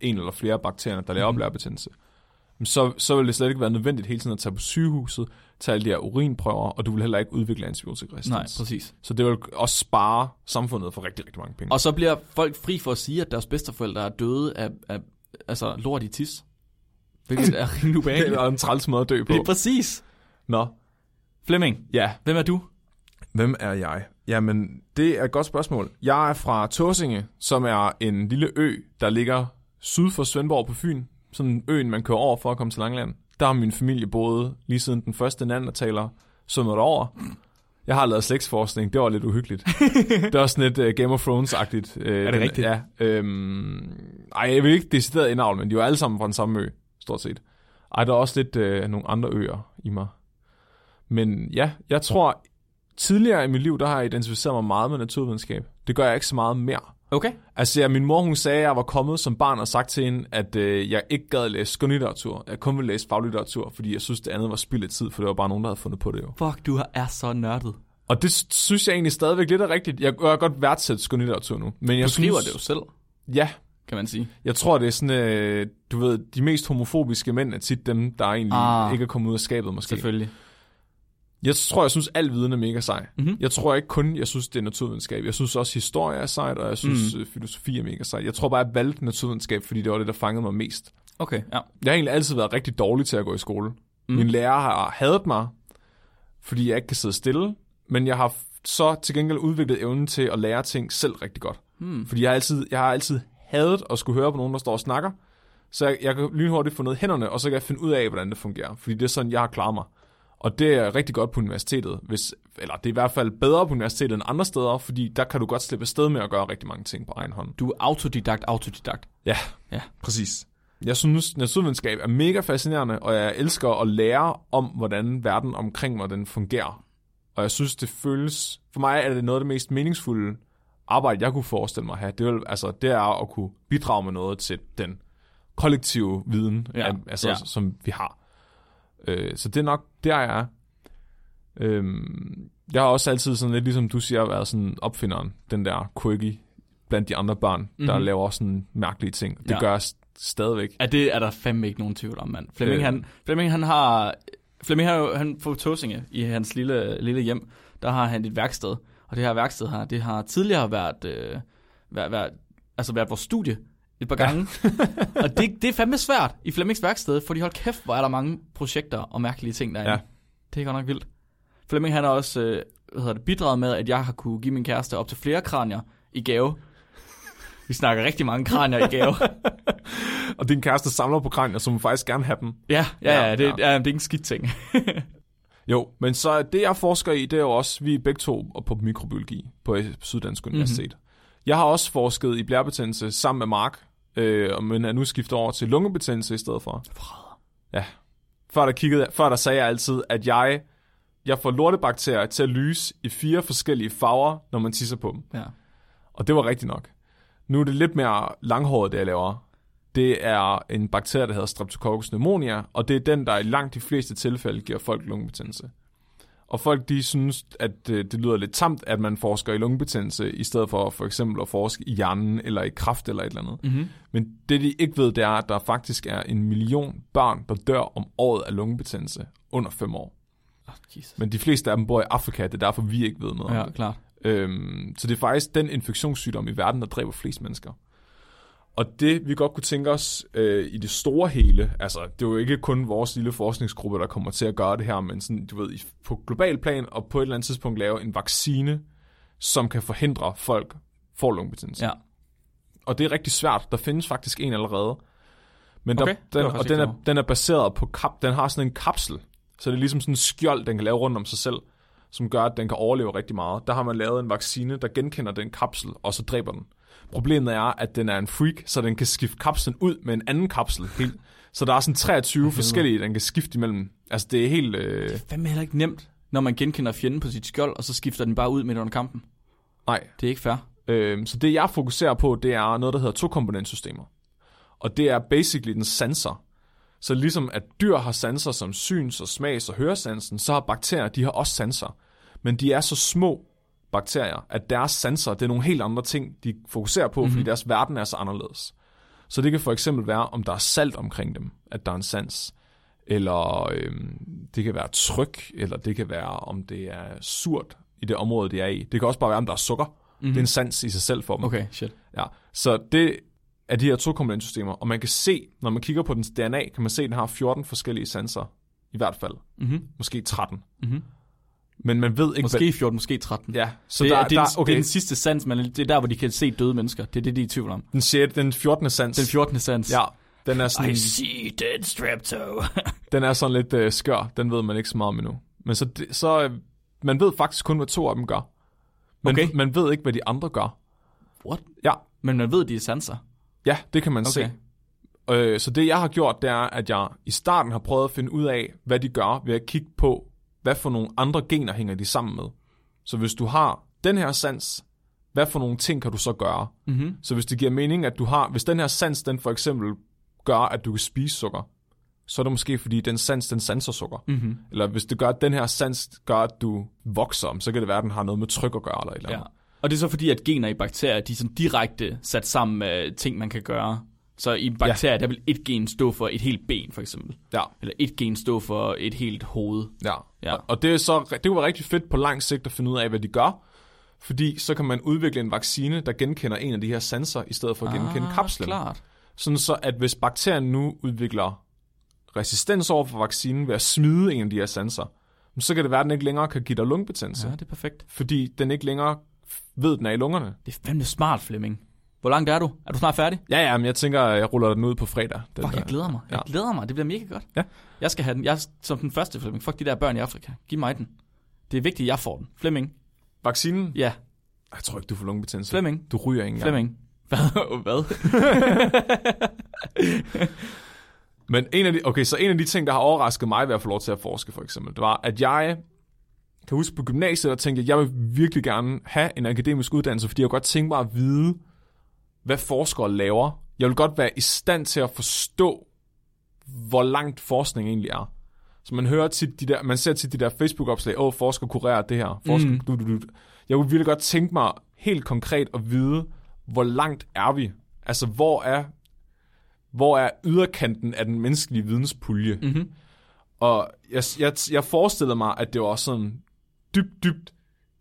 S3: en eller flere bakterier, der
S1: Mhm.
S3: laver blærebetændelse, mm. så, så ville det slet ikke være nødvendigt hele tiden at tage på sygehuset, tage alle de her urinprøver, og du vil heller ikke udvikle
S1: Nej,
S3: antibiotikaresistens.
S1: præcis.
S3: Så det vil også spare samfundet for rigtig, rigtig mange penge.
S1: Og så bliver folk fri for at sige, at deres bedsteforældre er døde af, af altså, lort i tis. Hvilket er rimelig
S3: det
S1: ubehageligt.
S3: er en træls måde at dø på.
S1: Det er præcis.
S3: Nå,
S1: Flemming,
S3: ja.
S1: hvem er du?
S3: Hvem er jeg? Jamen, det er et godt spørgsmål. Jeg er fra Tåsinge, som er en lille ø, der ligger syd for Svendborg på Fyn. Sådan øen, man kører over for at komme til Langland. Der har min familie boet lige siden den første nandertaler søndede over. Jeg har lavet slægtsforskning, det var lidt uhyggeligt. det er sådan lidt uh, Game of Thrones-agtigt. Uh, er
S1: det rigtigt?
S3: Ja. Øhm, ej, jeg vil ikke decideret indavle, men de er jo alle sammen fra den samme ø, stort set. Ej, der er også lidt uh, nogle andre øer i mig. Men ja, jeg tror, tidligere i mit liv, der har jeg identificeret mig meget med naturvidenskab. Det gør jeg ikke så meget mere.
S1: Okay.
S3: Altså, ja, min mor, hun sagde, at jeg var kommet som barn og sagt til hende, at øh, jeg ikke gad læse skønlitteratur. Jeg kun ville læse faglitteratur, fordi jeg synes, det andet var spild af tid, for det var bare nogen, der havde fundet på det jo.
S1: Fuck, du er så nørdet.
S3: Og det s- synes jeg egentlig stadigvæk lidt er rigtigt. Jeg jeg kan godt værdsætte skønlitteratur nu. Men jeg
S1: Du skriver det jo
S3: synes,
S1: selv,
S3: jo. Ja,
S1: kan man sige.
S3: jeg tror, det er sådan, øh, du ved, de mest homofobiske mænd er tit dem, der egentlig ah,
S1: Ah.
S3: ikke er kommet ud af skabet måske.
S1: Selvfølgelig.
S3: Jeg tror, jeg synes, al viden er mega sej. Mm-hmm.
S1: Mhm.
S3: Jeg tror ikke kun, jeg synes, det er naturvidenskab. Jeg synes også, historie er sejt, og jeg synes, mm. filosofi er mega sejt. Jeg tror bare, jeg valgte naturvidenskab, fordi det var det, der fangede mig mest.
S1: Okay, ja.
S3: Jeg har egentlig altid været rigtig dårlig til at gå i skole. Mm. Min lærer har hadet mig, fordi jeg ikke kan sidde stille. Men jeg har f- så til gengæld udviklet evnen til at lære ting selv rigtig godt. Mm. Fordi jeg har, altid, jeg har altid hadet at skulle høre på nogen, der står og snakker. Så jeg, jeg kan lynhurtigt få ned i hænderne, og så kan jeg finde ud af, hvordan det fungerer. Fordi det er sådan, jeg har klaret mig. Og det er rigtig godt på universitetet. Hvis, eller det er i hvert fald bedre på universitetet end andre steder, fordi der kan du godt slippe afsted med at gøre rigtig mange ting på egen hånd.
S1: Du er autodidakt, autodidakt.
S3: Ja,
S1: Ja.
S3: præcis. Jeg synes, naturvidenskab er mega fascinerende, og jeg elsker at lære om, hvordan verden omkring mig den fungerer. Og jeg synes, det føles... For mig er det noget af det mest meningsfulde arbejde, jeg kunne forestille mig at have. Det er, altså, det er at kunne bidrage med noget til den kollektive viden,
S1: Ja,
S3: ja, altså,
S1: ja.
S3: ja. som vi har. Øh, så det er nok der, jeg er. Øhm, jeg har også altid sådan lidt, ligesom du siger, været sådan opfinderen. Den der quirky blandt de andre børn, mm-hmm. der laver sådan mærkelige ting. Det
S1: Ja.
S3: ja. gør jeg st- stadigvæk.
S1: Ja, det er der fandme ikke nogen tvivl om, mand. Flemming,
S3: Øh.
S1: han, Flemming, han har... Flemming, han, er jo- han får Tåsinge i hans lille, lille hjem. Der har han et værksted. Og det her værksted her, det har tidligere været, øh, været, været, altså været vores studie et par gange. Ja. og det, det er fandme svært i Flemmings værksted, fordi hold kæft, hvor er der mange projekter og mærkelige ting derinde. Ja.
S3: Ja.
S1: Det er godt nok vildt. Flemming, han har også øh, hvad hedder det, bidraget med, at jeg har kunne give min kæreste op til flere kranier i gave. Vi snakker rigtig mange kranier i gave.
S3: Og din kæreste samler på kranier, så må faktisk gerne have dem.
S1: Ja, ja,
S3: Ja,
S1: ja, det, ja. ja det er ikke en skidt ting.
S3: Jo, men så det jeg forsker i, det er jo også, vi er begge to på mikrobiologi på Syddansk Universitet. Mm-hmm. Jeg har også forsket i blærebetændelse sammen med Mark, øh, men er nu skiftet over til lungebetændelse i stedet for. Ja. Før der, kiggede, før der sagde jeg altid, at jeg, jeg får lortebakterier til at lyse i fire forskellige farver, når man tisser på dem.
S1: ja.
S3: Og det var rigtigt nok. Nu er det lidt mere langhåret, det jeg laver. Det er en bakterie, der hedder Streptococcus pneumonia, og det er den, der i langt de fleste tilfælde giver folk lungebetændelse. Og folk, de synes, at øh, det lyder lidt tamt, at man forsker i lungebetændelse, i stedet for for eksempel at forske i hjernen, eller i kraft, eller et eller andet. Mm-hmm. Men det, de ikke ved, det er, at der faktisk er en million børn, der dør om året af lungebetændelse under fem år.
S1: Oh, Jesus.
S3: Men de fleste af dem bor i Afrika, det er derfor, vi ikke ved noget om det.
S1: Ja, klart.
S3: Øhm, så det er faktisk den infektionssygdom i verden, der dræber flest mennesker. Og det vi godt kunne tænke os øh, i det store hele, altså det er jo ikke kun vores lille forskningsgruppe, der kommer til at gøre det her, men sådan, du ved, i- på global plan og på et eller andet tidspunkt lave en vaccine, som kan forhindre folk får lungebetændelse.
S1: Ja.
S3: Og det er rigtig svært. Der findes faktisk en allerede. Men
S1: Okay,
S3: okay,
S1: det var
S3: der, den,
S1: jeg faktisk
S3: og den
S1: ikke
S3: er,
S1: klar over.
S3: den er baseret på kap, den har sådan en kapsel, så det er ligesom sådan en skjold, den kan lave rundt om sig selv, som gør, at den kan overleve rigtig meget. Der har man lavet en vaccine, der genkender den kapsel, og så dræber den. Problemet er, at den er en freak, så den kan skifte kapslen ud med en anden kapsel. Helt. Så der er sådan 23 forskellige, den kan skifte imellem. Altså det er helt... Øh,
S1: Fandme heller ikke nemt, når man genkender fjenden på sit skjold, og så skifter den bare ud midt under kampen.
S3: nej,
S1: Det er ikke fair.
S3: Øhm, så det, jeg fokuserer på, det er noget, der hedder tokomponentsystemer. Og det er basically den sanser. Så ligesom at dyr har sanser som syns- og smags- og høresansen, så har bakterier, de har også sanser. Men de er så små bakterier, at deres sanser, det er nogle helt andre ting, de fokuserer på, mm-hmm. fordi deres verden er så anderledes. Så det kan for eksempel være, om der er salt omkring dem, at der er en sans. Eller øhm, det kan være tryk, eller det kan være, om det er surt i det område, det er i. Det kan også bare være, om der er sukker. Mm-hmm. Det er en sans i sig selv for dem.
S1: Okay, shit.
S3: Ja, så det er de her tokomponentsystemer, og man kan se, når man kigger på dens DNA, kan man se, at den har 14 forskellige sensorer, i hvert fald.
S1: Mm-hmm.
S3: Måske 13.
S1: Mhm.
S3: Men man ved ikke,
S1: Måske 14, måske 13.
S3: hvad... Ja, så
S1: Så det,
S3: der,
S1: er, det, er,
S3: der,
S1: den,
S3: okay,
S1: det er den sidste sans, men det er der, hvor de kan se døde mennesker. Det er det, de er i tvivl om.
S3: den, sjette, den 14. sans.
S1: Den 14. sans. Mm.
S3: Ja, den er sådan,
S1: I see dead strepto.
S3: den er sådan lidt øh, skør. Den ved man ikke så meget om endnu. Men så, det, så øh, man ved faktisk kun, hvad to af dem gør. Men
S1: Okay.
S3: man ved ikke, hvad de andre gør.
S1: What?
S3: Ja,
S1: Men man ved, de er sanser.
S3: ja det kan man
S1: Okay.
S3: se. Øh, så det jeg har gjort, det er, at jeg i starten har prøvet at finde ud af, hvad de gør ved at kigge på, hvad for nogle andre gener hænger de sammen med. Så hvis du har den her sans, hvad for nogle ting kan du så gøre?
S1: Mm-hmm.
S3: Så hvis det giver mening, at du har, hvis den her sans, den for eksempel gør, at du kan spise sukker, så er det måske fordi den sans, den sanser sukker.
S1: Mm-hmm.
S3: Eller hvis det gør, at den her sans gør, at du vokser, så kan det være, at den har noget med tryk at gøre eller et eller andet.
S1: Ja. Og det er så fordi, at gener i bakterier, de er sådan direkte sat sammen med ting, man kan gøre. Så i bakterier, ja. der vil et gen stå for et helt ben, for eksempel.
S3: Ja.
S1: Eller et gen stå for et helt hoved.
S3: Ja.
S1: Ja.
S3: ja. Og det, er så, det kunne være rigtig fedt på lang sigt at finde ud af, hvad de gør. Fordi så kan man udvikle en vaccine, der genkender en af de her sensorer, i stedet for at genkende kapslen.
S1: Ah, klart.
S3: Sådan så, at hvis bakterien nu udvikler resistens over for vaccinen ved at smide en af de her sensorer, så kan det være, at den ikke længere kan give dig lungebetændelse.
S1: Ja,
S3: Ja.
S1: det er perfekt.
S3: Fordi den ikke længere ved, den er i lungerne.
S1: Det er fandme smart, Flemming. Hvor langt er du? Er du snart færdig?
S3: Ja, ja, men jeg tænker, jeg ruller den ud på fredag. Den
S1: Fuck, jeg glæder mig. Jeg
S3: Ja.
S1: glæder mig. Det bliver mega godt.
S3: Ja.
S1: Jeg skal have den. Jeg er som den første, Flemming. Fuck de der børn i Afrika. Giv mig den. Det er vigtigt, at jeg får den. Flemming.
S3: Vaccinen?
S1: Ja,
S3: Jeg tror ikke, du får lungebetændelse.
S1: Flemming.
S3: Du ryger ikke engang.
S1: Flemming. Hvad? Hvad?
S3: Men en af de, okay, så en af de ting, der har overrasket mig ved at få lov til at forske, for eksempel, det var, at jeg kan huske på gymnasiet, der tænkte, at jeg vil virkelig gerne have en akademisk uddannelse, fordi jeg kunne godt tænke mig at vide, hvad forskere laver. Jeg vil godt være i stand til at forstå, hvor langt forskning egentlig er. Så man hører tit de der, man ser tit de der Facebook-opslag, åh, forsker kurerer det her, forsker,
S1: Mm.
S3: mm. du, du, du. Jeg kunne virkelig godt tænke mig helt konkret at vide, hvor langt er vi? Altså, hvor er, hvor er yderkanten af den menneskelige videnspulje?
S1: Mhm.
S3: Og jeg, jeg, jeg forestillede mig, at det var sådan dybt, dybt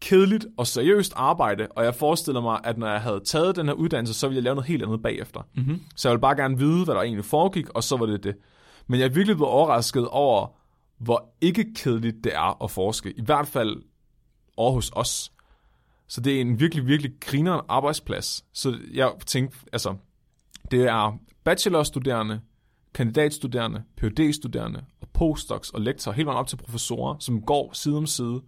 S3: kedeligt og seriøst arbejde, og jeg forestillede mig, at når jeg havde taget den her uddannelse, så ville jeg lave noget helt andet bagefter.
S1: Mhm.
S3: Så jeg ville bare gerne vide, hvad der egentlig foregik, og så var det det. Men jeg er virkelig blevet overrasket over, hvor ikke kedeligt det er at forske. I hvert fald over hos os. Så det er en virkelig, virkelig grineren arbejdsplads. Så jeg tænkte, altså, det er bachelorstuderende, kandidatstuderende, phd studerende og postdocs og lektorer, helt vejen op til professorer, som går side om side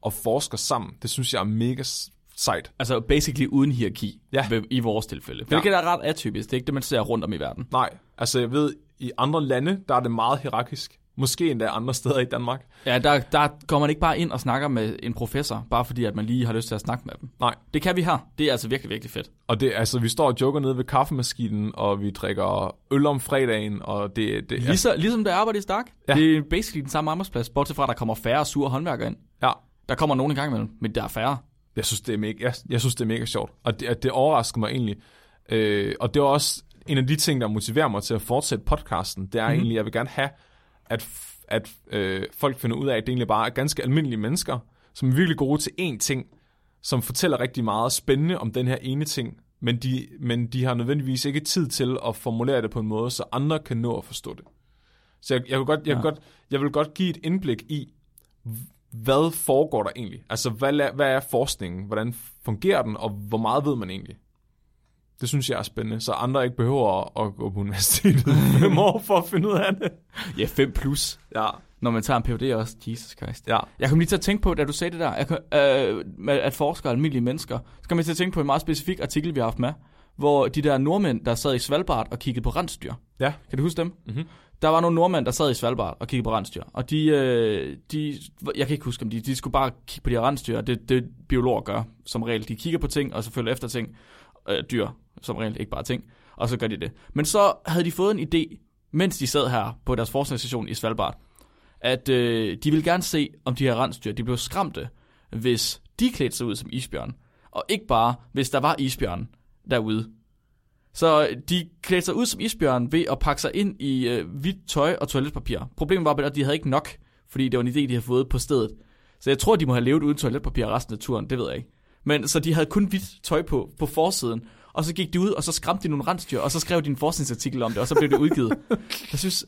S3: og forsker sammen. Det synes jeg er mega s- sejt.
S1: Altså basically uden hierarki
S3: Ja.
S1: ved- i vores tilfælde. Hvilket er ret atypisk. Det er ikke det, man ser rundt om i verden.
S3: Nej, altså jeg ved, i andre lande, der er det meget hierarkisk. Måske endda andre steder i Danmark.
S1: Ja, der, der kommer man ikke bare ind og snakker med en professor, bare fordi at man lige har lyst til at snakke med dem.
S3: Nej,
S1: Det kan vi her. Det er altså virkelig, virkelig fedt.
S3: og det, altså, vi står og joker nede ved kaffemaskinen, og vi drikker øl om fredagen, og det, det
S1: Ligeså, ligesom der arbejder i Stark. Ja.
S3: Ja.
S1: Det er basically den samme arbejdsplads, bortset fra, at der kommer færre sure håndværkere ind.
S3: ja,
S1: Der kommer nogen en gang imellem, men der er færre.
S3: Jeg synes, det er mega, jeg, jeg synes, det er mega sjovt. Og det, at det overrasker mig egentlig. Øh, og det er også en af de ting, der motiverer mig til at fortsætte podcasten. Det er mm-hmm. egentlig, jeg vil gerne have, at, f- at øh, folk finder ud af, at det egentlig bare er ganske almindelige mennesker, som er virkelig gode til én ting, som fortæller rigtig meget spændende om den her ene ting, men de, men de har nødvendigvis ikke tid til at formulere det på en måde, så andre kan nå at forstå det. Så jeg, jeg, kunne godt, jeg, ja. godt, jeg vil godt give et indblik i, hvad foregår der egentlig? Altså, hvad, la- hvad er forskningen? Hvordan fungerer den, og hvor meget ved man egentlig? Det synes jeg er spændende, så andre ikke behøver at, at gå på universitetet i fem år for at finde ud af det.
S1: Ja, 5 plus.
S3: Ja,
S1: Når man tager en PhD også. Jesus Christ.
S3: ja.
S1: Jeg kom lige til at tænke på, da du sagde det der, jeg kom, øh, med at forskere er almindelige mennesker, så kom jeg til at tænke på en meget specifik artikel, vi har haft med, hvor de der nordmænd, der sad i Svalbard og kiggede på rensdyr.
S3: Ja.
S1: Kan du huske dem?
S3: Mhm.
S1: Der var nogle nordmænd, der sad i Svalbard og kiggede på rensdyr, og de, øh, de jeg kan ikke huske, om de, de skulle bare kigge på de her rensdyr, og det, det biologer gør som regel. De kigger på ting, og så følger efter ting, øh, dyr som regel, ikke bare ting, og så gør de det. Men så havde de fået en idé, mens de sad her på deres forskningsstation i Svalbard, at øh, de ville gerne se, om de her rensdyr de blev skræmte, hvis de klædte sig ud som isbjørn. Og ikke bare, hvis der var isbjørn derude. Så øh, de klædte sig ud som isbjørn ved at pakke sig ind i øh, hvidt tøj og toiletpapir. Problemet var bare, at de havde ikke nok, fordi det var en idé, de havde fået på stedet. Så jeg tror, de må have levet uden toiletpapir resten af turen, det ved jeg ikke. Men så de havde kun hvidt tøj på, på forsiden, og så gik de ud, og så skræmte de nogle rensdyr, og så skrev de en forskningsartikel om det, og så blev det udgivet. Jeg synes,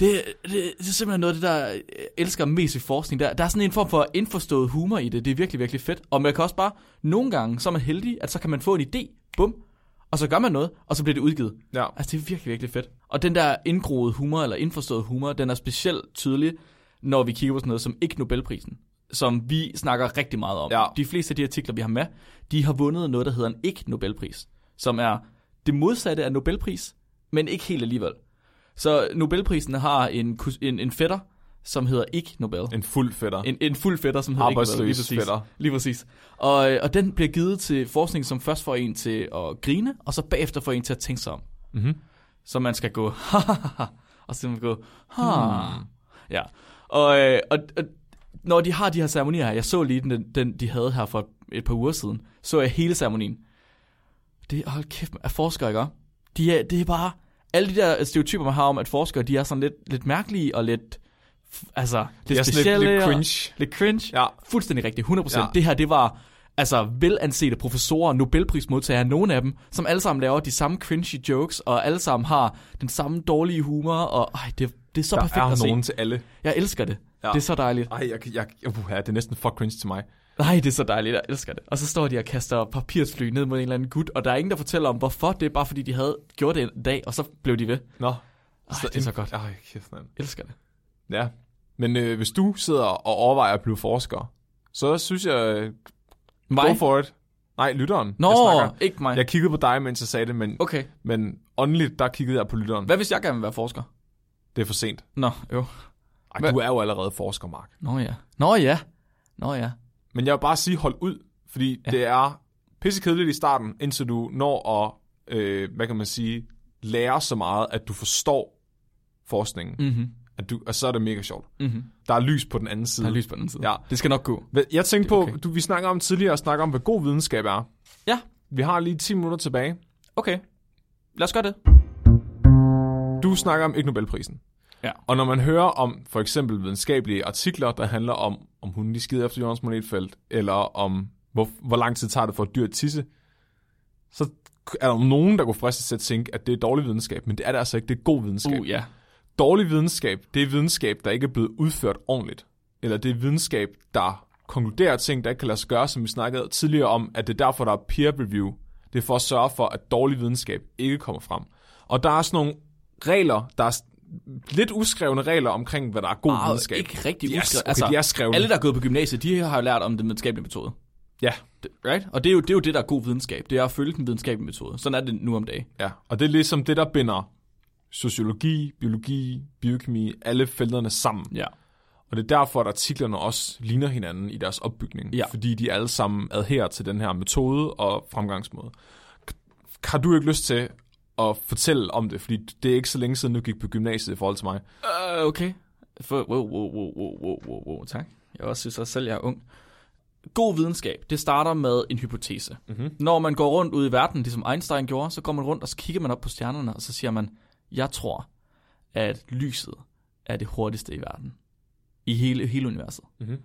S1: det, det, det er simpelthen noget af det, der øh, elsker mest i forskning. Der, der er sådan en form for indforstået humor i det. Det er virkelig, virkelig fedt. Og man kan også bare, nogle gange, så er man heldig, at så kan man få en idé, bum, og så gør man noget, og så bliver det udgivet.
S3: ja.
S1: Altså, det er virkelig, virkelig fedt. Og den der indgroede humor, eller indforstået humor, den er specielt tydelig, når vi kigger på sådan noget som ikke Nobelprisen, som vi snakker rigtig meget om.
S3: Ja.
S1: De fleste af de artikler, vi har med, de har vundet noget, der hedder en ikke Nobelpris, som er det modsatte af Nobelpris, men ikke helt alligevel. Så Nobelprisen har en, kus- en, en fætter, som hedder ikke Nobel.
S3: En fuld fætter.
S1: En, en fuld fætter, som hedder
S3: Arbejdsløs
S1: Iqbal, lige præcis.
S3: fætter.
S1: Lige præcis. Og, øh, og den bliver givet til forskning, som først får en til at grine, og så bagefter får en til at tænke sig om.
S3: Mhm.
S1: Så man skal gå, og så skal man gå, ha.
S3: Hmm.
S1: Ja. Og, øh, og, og når de har de her ceremonier her, jeg så lige den, den de havde her for et par uger siden, så jeg hele ceremonien. Det er, hold kæft, man, er forskere, ikke? også? De er, det er bare, alle de der stereotyper, man har om, at forskere, de er sådan lidt, lidt mærkelige og lidt, f- altså, lidt
S3: Det er sådan lidt,
S1: specielle.
S3: lidt
S1: og-
S3: cringe.
S1: Lidt cringe.
S3: Ja.
S1: Fuldstændig rigtigt, 100%. Ja.
S3: Ja.
S1: Det her, det var altså velansete professorer, Nobelprismodtagere, nogle af dem, som alle sammen laver de samme cringy jokes, og alle sammen har den samme dårlige humor, og ej, det, det er så perfekt
S3: Der
S1: at
S3: er nogen
S1: se.
S3: til alle.
S1: Jeg elsker det. Ja.
S3: Ja.
S1: Det er så dejligt.
S3: Ej, jeg, jeg, jeg, uh, det er næsten for cringe til mig.
S1: Nej, det er så dejligt, jeg elsker det. Og så står de og kaster papirsfly ned mod en eller anden gut, og der er ingen, der fortæller om hvorfor. Det er bare fordi, de havde gjort det en dag, og så blev de ved.
S3: Nå.
S1: Ej, det er så godt. Jeg
S3: Ej, kæft, mand.
S1: elsker det.
S3: Ja. Men øh, hvis du sidder og overvejer at blive forsker, så synes jeg, øh,
S1: Mig?
S3: go for it. Nej, lytteren.
S1: Nå,
S3: jeg, snakker.
S1: ikke mig.
S3: jeg kiggede på dig, mens jeg sagde det, men,
S1: Okay.
S3: men åndeligt, der kiggede jeg på lytteren.
S1: Hvad hvis jeg gerne vil være forsker?
S3: Det er for sent.
S1: Nå, jo.
S3: Ej,
S1: Hvad?
S3: du er jo allerede forsker, Mark.
S1: Nå ja. Nå ja. Nå ja.
S3: Men jeg vil bare sige, hold ud, fordi ja. det er pissekedeligt i starten, indtil du når at, øh, hvad kan man sige, lære så meget, at du forstår forskningen.
S1: Mhm.
S3: At du, og så er det mega sjovt.
S1: Mhm.
S3: Der er lys på den anden side.
S1: Der er lys på den anden side.
S3: Ja.
S1: Det skal nok gå.
S3: Hvad- Jeg tænkte på,
S1: okay.
S3: du, vi snakker om tidligere, og snakker om, hvad god videnskab er.
S1: Ja.
S3: Vi har lige 10 minutter tilbage.
S1: Okay. Lad os gøre det.
S3: Du snakker om ikke Nobelprisen.
S1: Ja.
S3: Og når man hører om for eksempel videnskabelige artikler, der handler om, om hunden de skider efter Jørgens Monetfeldt, eller om, hvor, hvor lang tid tager det for et dyr at tisse, så er der nogen, der kunne fristes til at tænke, at det er dårlig videnskab, men det er det altså ikke. Det er god videnskab.
S1: Uh, ja.
S3: Dårlig videnskab, det er videnskab, der ikke er blevet udført ordentligt. Eller det er videnskab, der konkluderer ting, der ikke kan lade sig gøre, som vi snakkede tidligere om, at det er derfor, der er peer review. Det er for at sørge for, at dårlig videnskab ikke kommer frem. Og der er sådan nogle regler, der er s- lidt uskrevne regler omkring, hvad der er god
S1: Arh,
S3: videnskab.
S1: ikke rigtig
S3: de er,
S1: uskrevet.
S3: Okay, altså, de er skrevne.
S1: Alle, der er gået på gymnasiet, de har jo lært om den videnskabelige metode.
S3: Ja,
S1: Det- Right? Og det er, jo, det er jo det, der er god videnskab. Det er at følge den videnskabelige metode. Sådan er det nu om dagen.
S3: ja. Og det er ligesom det, der binder sociologi, biologi, biokemi, alle felterne sammen.
S1: Ja.
S3: Og det er derfor, at artiklerne også ligner hinanden i deres opbygning.
S1: Ja.
S3: Fordi de alle sammen adherer til den her metode og fremgangsmåde. K- Har du ikke lyst til at fortælle om det? Fordi det er ikke så længe siden, du gik på gymnasiet i forhold til mig.
S1: Uh, okay. For, wow, wow, wow, wow, wow, wow, wow, tak. Jeg også synes også selv, jeg er ung. God videnskab, det starter med en hypotese.
S3: Mhm.
S1: Mm-hmm. Når man går rundt ud i verden, ligesom Einstein gjorde, så går man rundt, og så kigger man op på stjernerne, og så siger man, jeg tror, at lyset er det hurtigste i verden. I hele, hele universet.
S3: Mhm.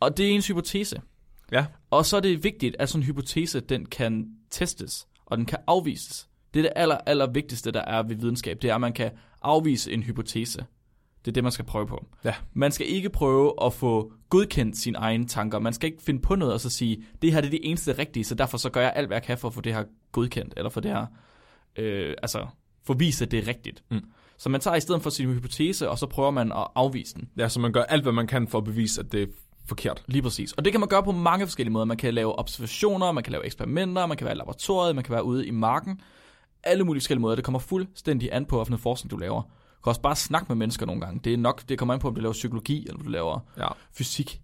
S1: Og det er ens hypotese.
S3: Ja.
S1: Og så er det vigtigt, at sådan en hypotese, den kan testes, og den kan afvises. Det er det aller, aller vigtigste, der er ved videnskab, det er, at man kan afvise en hypotese. Det er det, man skal prøve på.
S3: Ja.
S1: Man skal ikke prøve at få godkendt sine egne tanker. Man skal ikke finde på noget og så sige, det her det er det eneste rigtige, så derfor så gør jeg alt, hvad jeg kan for at få det her godkendt, eller for det her, øh, altså, for at vise, at det er rigtigt.
S3: Mm.
S1: Så man tager i stedet for sin hypotese, og så prøver man at afvise den.
S3: Ja, så man gør alt, hvad man kan for at bevise, at det er forkert.
S1: Lige præcis. Og det kan man gøre på mange forskellige måder. Man kan lave observationer, man kan lave eksperimenter, man kan være i laboratoriet, man kan være ude i marken. Alle mulige forskellige måder. Det kommer fuldstændig an på, hvilken forskning du laver. Du kan også bare snakke med mennesker nogle gange. Det, er nok, det kommer an på, om du laver psykologi, eller om du laver
S3: Ja.
S1: fysik.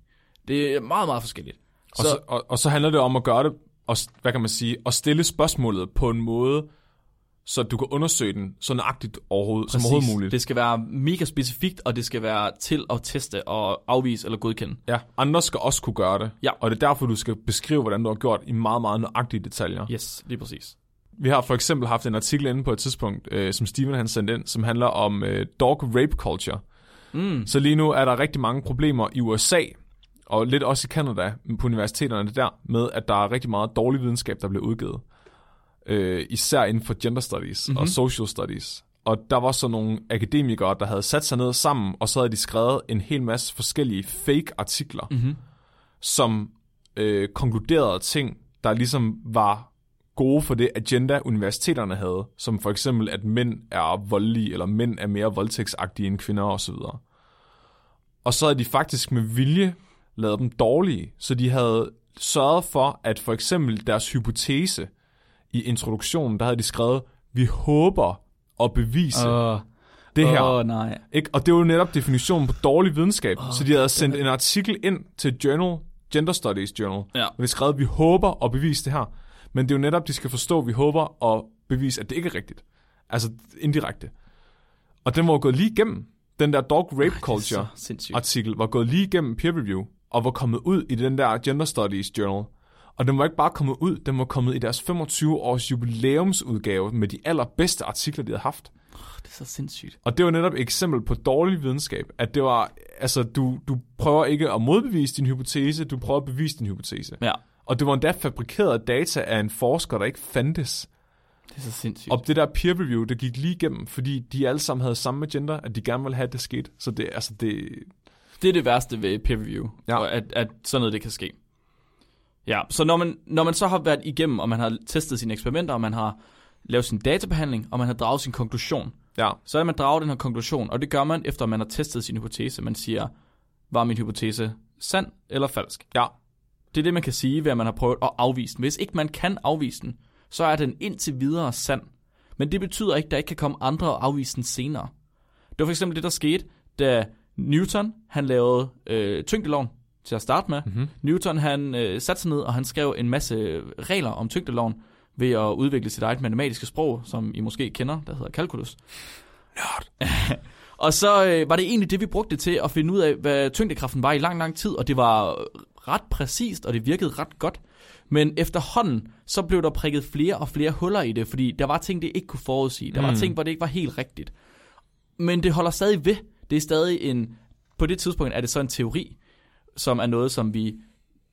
S1: Det er meget, meget forskelligt.
S3: Og, så, så, og, og så handler det om at gøre det, og, s- hvad kan man sige, at stille spørgsmålet på en måde, så du kan undersøge den så nøjagtigt overhovedet, som overhovedet muligt.
S1: Det skal være mega specifikt, og det skal være til at teste og afvise eller godkende.
S3: Ja, andre skal også kunne gøre det.
S1: Ja.
S3: Og det er derfor, du skal beskrive, hvordan du har gjort i meget, meget nøjagtige detaljer.
S1: Yes, lige præcis.
S3: Vi har for eksempel haft en artikel inde på et tidspunkt, øh, som Steven han sendte ind, som handler om øh, dog rape culture. Mm. Så lige nu er der rigtig mange problemer i USA, og lidt også i Canada, på universiteterne der, med at der er rigtig meget dårlig videnskab, der bliver udgivet. Øh, især inden for gender studies mm-hmm. og social studies. Og der var så nogle akademikere, der havde sat sig ned sammen, og så havde de skrevet en hel masse forskellige fake artikler, mm-hmm. som øh, konkluderede ting, der ligesom var gode for det agenda, universiteterne havde, som for eksempel, at mænd er voldelige, eller mænd er mere voldtægtsagtige end kvinder osv. Og så havde de faktisk med vilje lavet dem dårlige, så de havde sørget for, at for eksempel deres hypotese i introduktionen, der havde de skrevet, vi håber at bevise uh,
S1: Åh,
S3: det her.
S1: Åh, nej.
S3: Ikke? Og det var jo netop definitionen på dårlig videnskab. Oh, så de havde sendt en artikel ind til Journal, Gender Studies Journal,
S1: Ja.
S3: og de skrev, vi håber at bevise det her. Men det er jo netop, de skal forstå, at vi håber at bevise, at det ikke er rigtigt. Altså indirekte. Og den var jo gået lige igennem. Den der dog rape culture
S1: Det er så sindssygt.
S3: artikel var gået lige igennem peer review, og var kommet ud i den der Gender Studies Journal. Og den var ikke bare kommet ud, den var kommet i deres 25-års jubilæumsudgave med de allerbedste artikler, de havde haft.
S1: Det er så sindssygt.
S3: Og det var netop et eksempel på dårlig videnskab, at det var, altså du, du prøver ikke at modbevise din hypotese, du prøver at bevise din hypotese.
S1: Ja,
S3: Og det var endda fabrikeret data af en forsker, der ikke fandtes.
S1: det er så sindssygt.
S3: Og det der peer review, det gik lige igennem, fordi de alle sammen havde samme agenda, at de gerne ville have, at det skete. Så det, altså det,
S1: Det er det værste ved peer review,
S3: Ja.
S1: ja. at, at sådan noget det kan ske. Ja, så når man, når man så har været igennem, og man har testet sine eksperimenter, og man har lavet sin databehandling, og man har draget sin konklusion,
S3: Ja.
S1: så er det, man drager den her konklusion, og det gør man, efter man har testet sin hypotese. Man siger, var min hypotese sand eller falsk?
S3: Ja.
S1: Det er det, man kan sige, ved at man har prøvet at afvise den. Hvis ikke man kan afvise den, så er den indtil videre sand. Men det betyder ikke, at der ikke kan komme andre og afvise den senere. Det var for eksempel det, der skete, da Newton han lavede øh, tyngdeloven til at starte med.
S3: Mm-hmm.
S1: Newton han øh, satte sig ned, og han skrev en masse regler om tyngdeloven ved at udvikle sit eget matematiske sprog, som I måske kender, der hedder calculus. Og så øh, var det egentlig det, vi brugte det til at finde ud af, hvad tyngdekraften var i lang, lang tid, og det var ret præcist, og det virkede ret godt. Men efterhånden, så blev der prikket flere og flere huller i det, fordi der var ting, det ikke kunne forudsige. Der var
S3: Mm.
S1: ting, hvor det ikke var helt rigtigt. Men det holder stadig ved. Det er stadig en... På det tidspunkt er det så en teori, som er noget, som vi...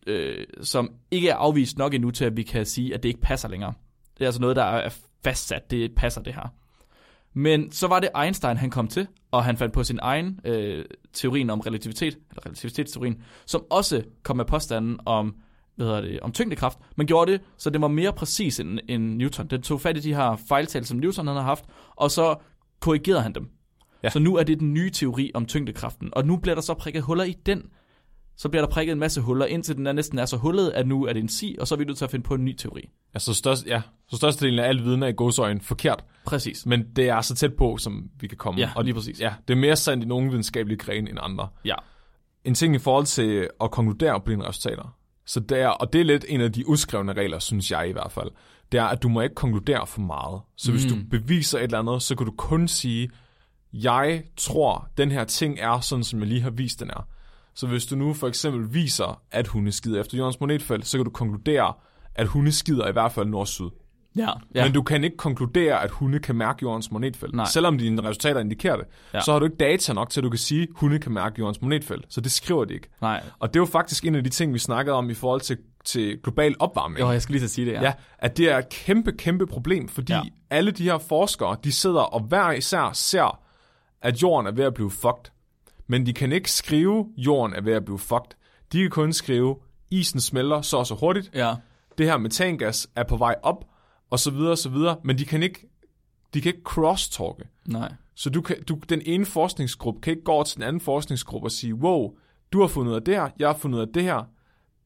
S1: Øh, som ikke er afvist nok endnu til, at vi kan sige, at det ikke passer længere. Det er altså noget, der er fastsat. Det passer det her. Men så var det Einstein, han kom til, og han fandt på sin egen øh, teorien om relativitet, eller relativitetsteorien, som også kom med påstanden om, hvad hedder det, om tyngdekraft. Man gjorde det, så det var mere præcis end, end Newton. Den tog fat i de her fejltal, som Newton havde haft, og så korrigerede han dem.
S3: Ja.
S1: Ja. Så nu er det den nye teori om tyngdekraften, og nu bliver der så prikket huller i den. Så bliver der prikket en masse huller, indtil den er næsten er så hullet, at nu er det en si, og så er vi nødt til at finde på en ny teori.
S3: Altså størst, ja, så størstedelen af al viden er i godsøjen forkert,
S1: Præcis.
S3: men det er så tæt på, som vi kan komme.
S1: Mm. Ja,
S3: og
S1: lige præcis.
S3: Ja, det er mere sandt i nogle videnskabelige grene end andre.
S1: Ja.
S3: En ting i forhold til at konkludere på dine resultater, så det er, og det er lidt en af de uskrevne regler, synes jeg i hvert fald, det er, at du må ikke konkludere for meget. Så hvis
S1: Mm.
S3: du beviser et eller andet, så kan du kun sige, jeg tror, den her ting er sådan, som jeg lige har vist, den er. Så hvis du nu for eksempel viser, at hunde skider efter Jørgens Monetfeldt, så kan du konkludere, at hunde skider i hvert fald nord-syd.
S1: Ja.
S3: Ja.
S1: ja.
S3: Men du kan ikke konkludere, at hunde kan mærke jordens magnetfelt.
S1: Nej.
S3: Selvom dine resultater indikerer det, ja.
S1: Ja.
S3: så har du ikke data nok til, at du kan sige, at hunde kan mærke jordens magnetfelt. Så det skriver de ikke.
S1: Nej.
S3: Og det er jo faktisk en af de ting, vi snakkede om i forhold til, til global opvarmning.
S1: Jo, jeg skulle lige til at sige det, ja.
S3: Ja, at det er et kæmpe, kæmpe problem, fordi ja.
S1: Ja.
S3: alle de her forskere, de sidder og hver især ser, at jorden er ved at blive fucked. Men de kan ikke skrive, at jorden er ved at blive fucked. De kan kun skrive, isen smelter så og så hurtigt,
S1: ja.
S3: det her metangas er på vej op, og så videre, og så videre, men de kan ikke, de kan ikke crosstalke.
S1: Nej.
S3: Så du kan, du, den ene forskningsgruppe kan ikke gå over til den anden forskningsgruppe og sige, wow, du har fundet ud af det her, jeg har fundet ud af det her.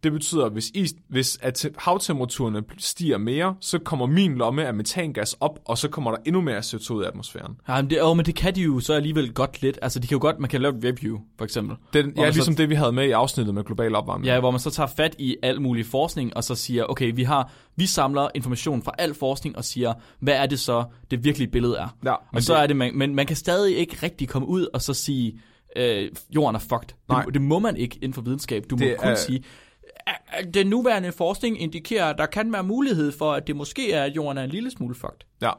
S3: Det betyder, at hvis, is, hvis at te- havtemperaturen stiger mere, så kommer min lomme af metangas op, og så kommer der endnu mere CO2 ud i atmosfæren.
S1: Ja, men det, oh, men det kan de jo så alligevel godt lidt. Altså, de kan jo godt, man kan lave et review, for eksempel.
S3: Den,
S1: Og
S3: ja,
S1: så-
S3: ligesom det, vi havde med i afsnittet med global opvarmning.
S1: Ja, hvor man så tager fat i al mulig forskning, og så siger, okay, vi har, vi samler information fra al forskning, og siger, hvad er det så, det virkelige billede er.
S3: Ja, men
S1: og så
S3: det-
S1: er det, man, men man kan stadig ikke rigtig komme ud og så sige, øh, jorden er fucked.
S3: Nej.
S1: Det, det må man ikke inden for videnskab. Du
S3: Det
S1: må kun
S3: er-
S1: er... sige, "Ah, den nuværende forskning indikerer, at der kan være mulighed for, at det måske er, at jorden er en lille smule fucked.
S3: Ja.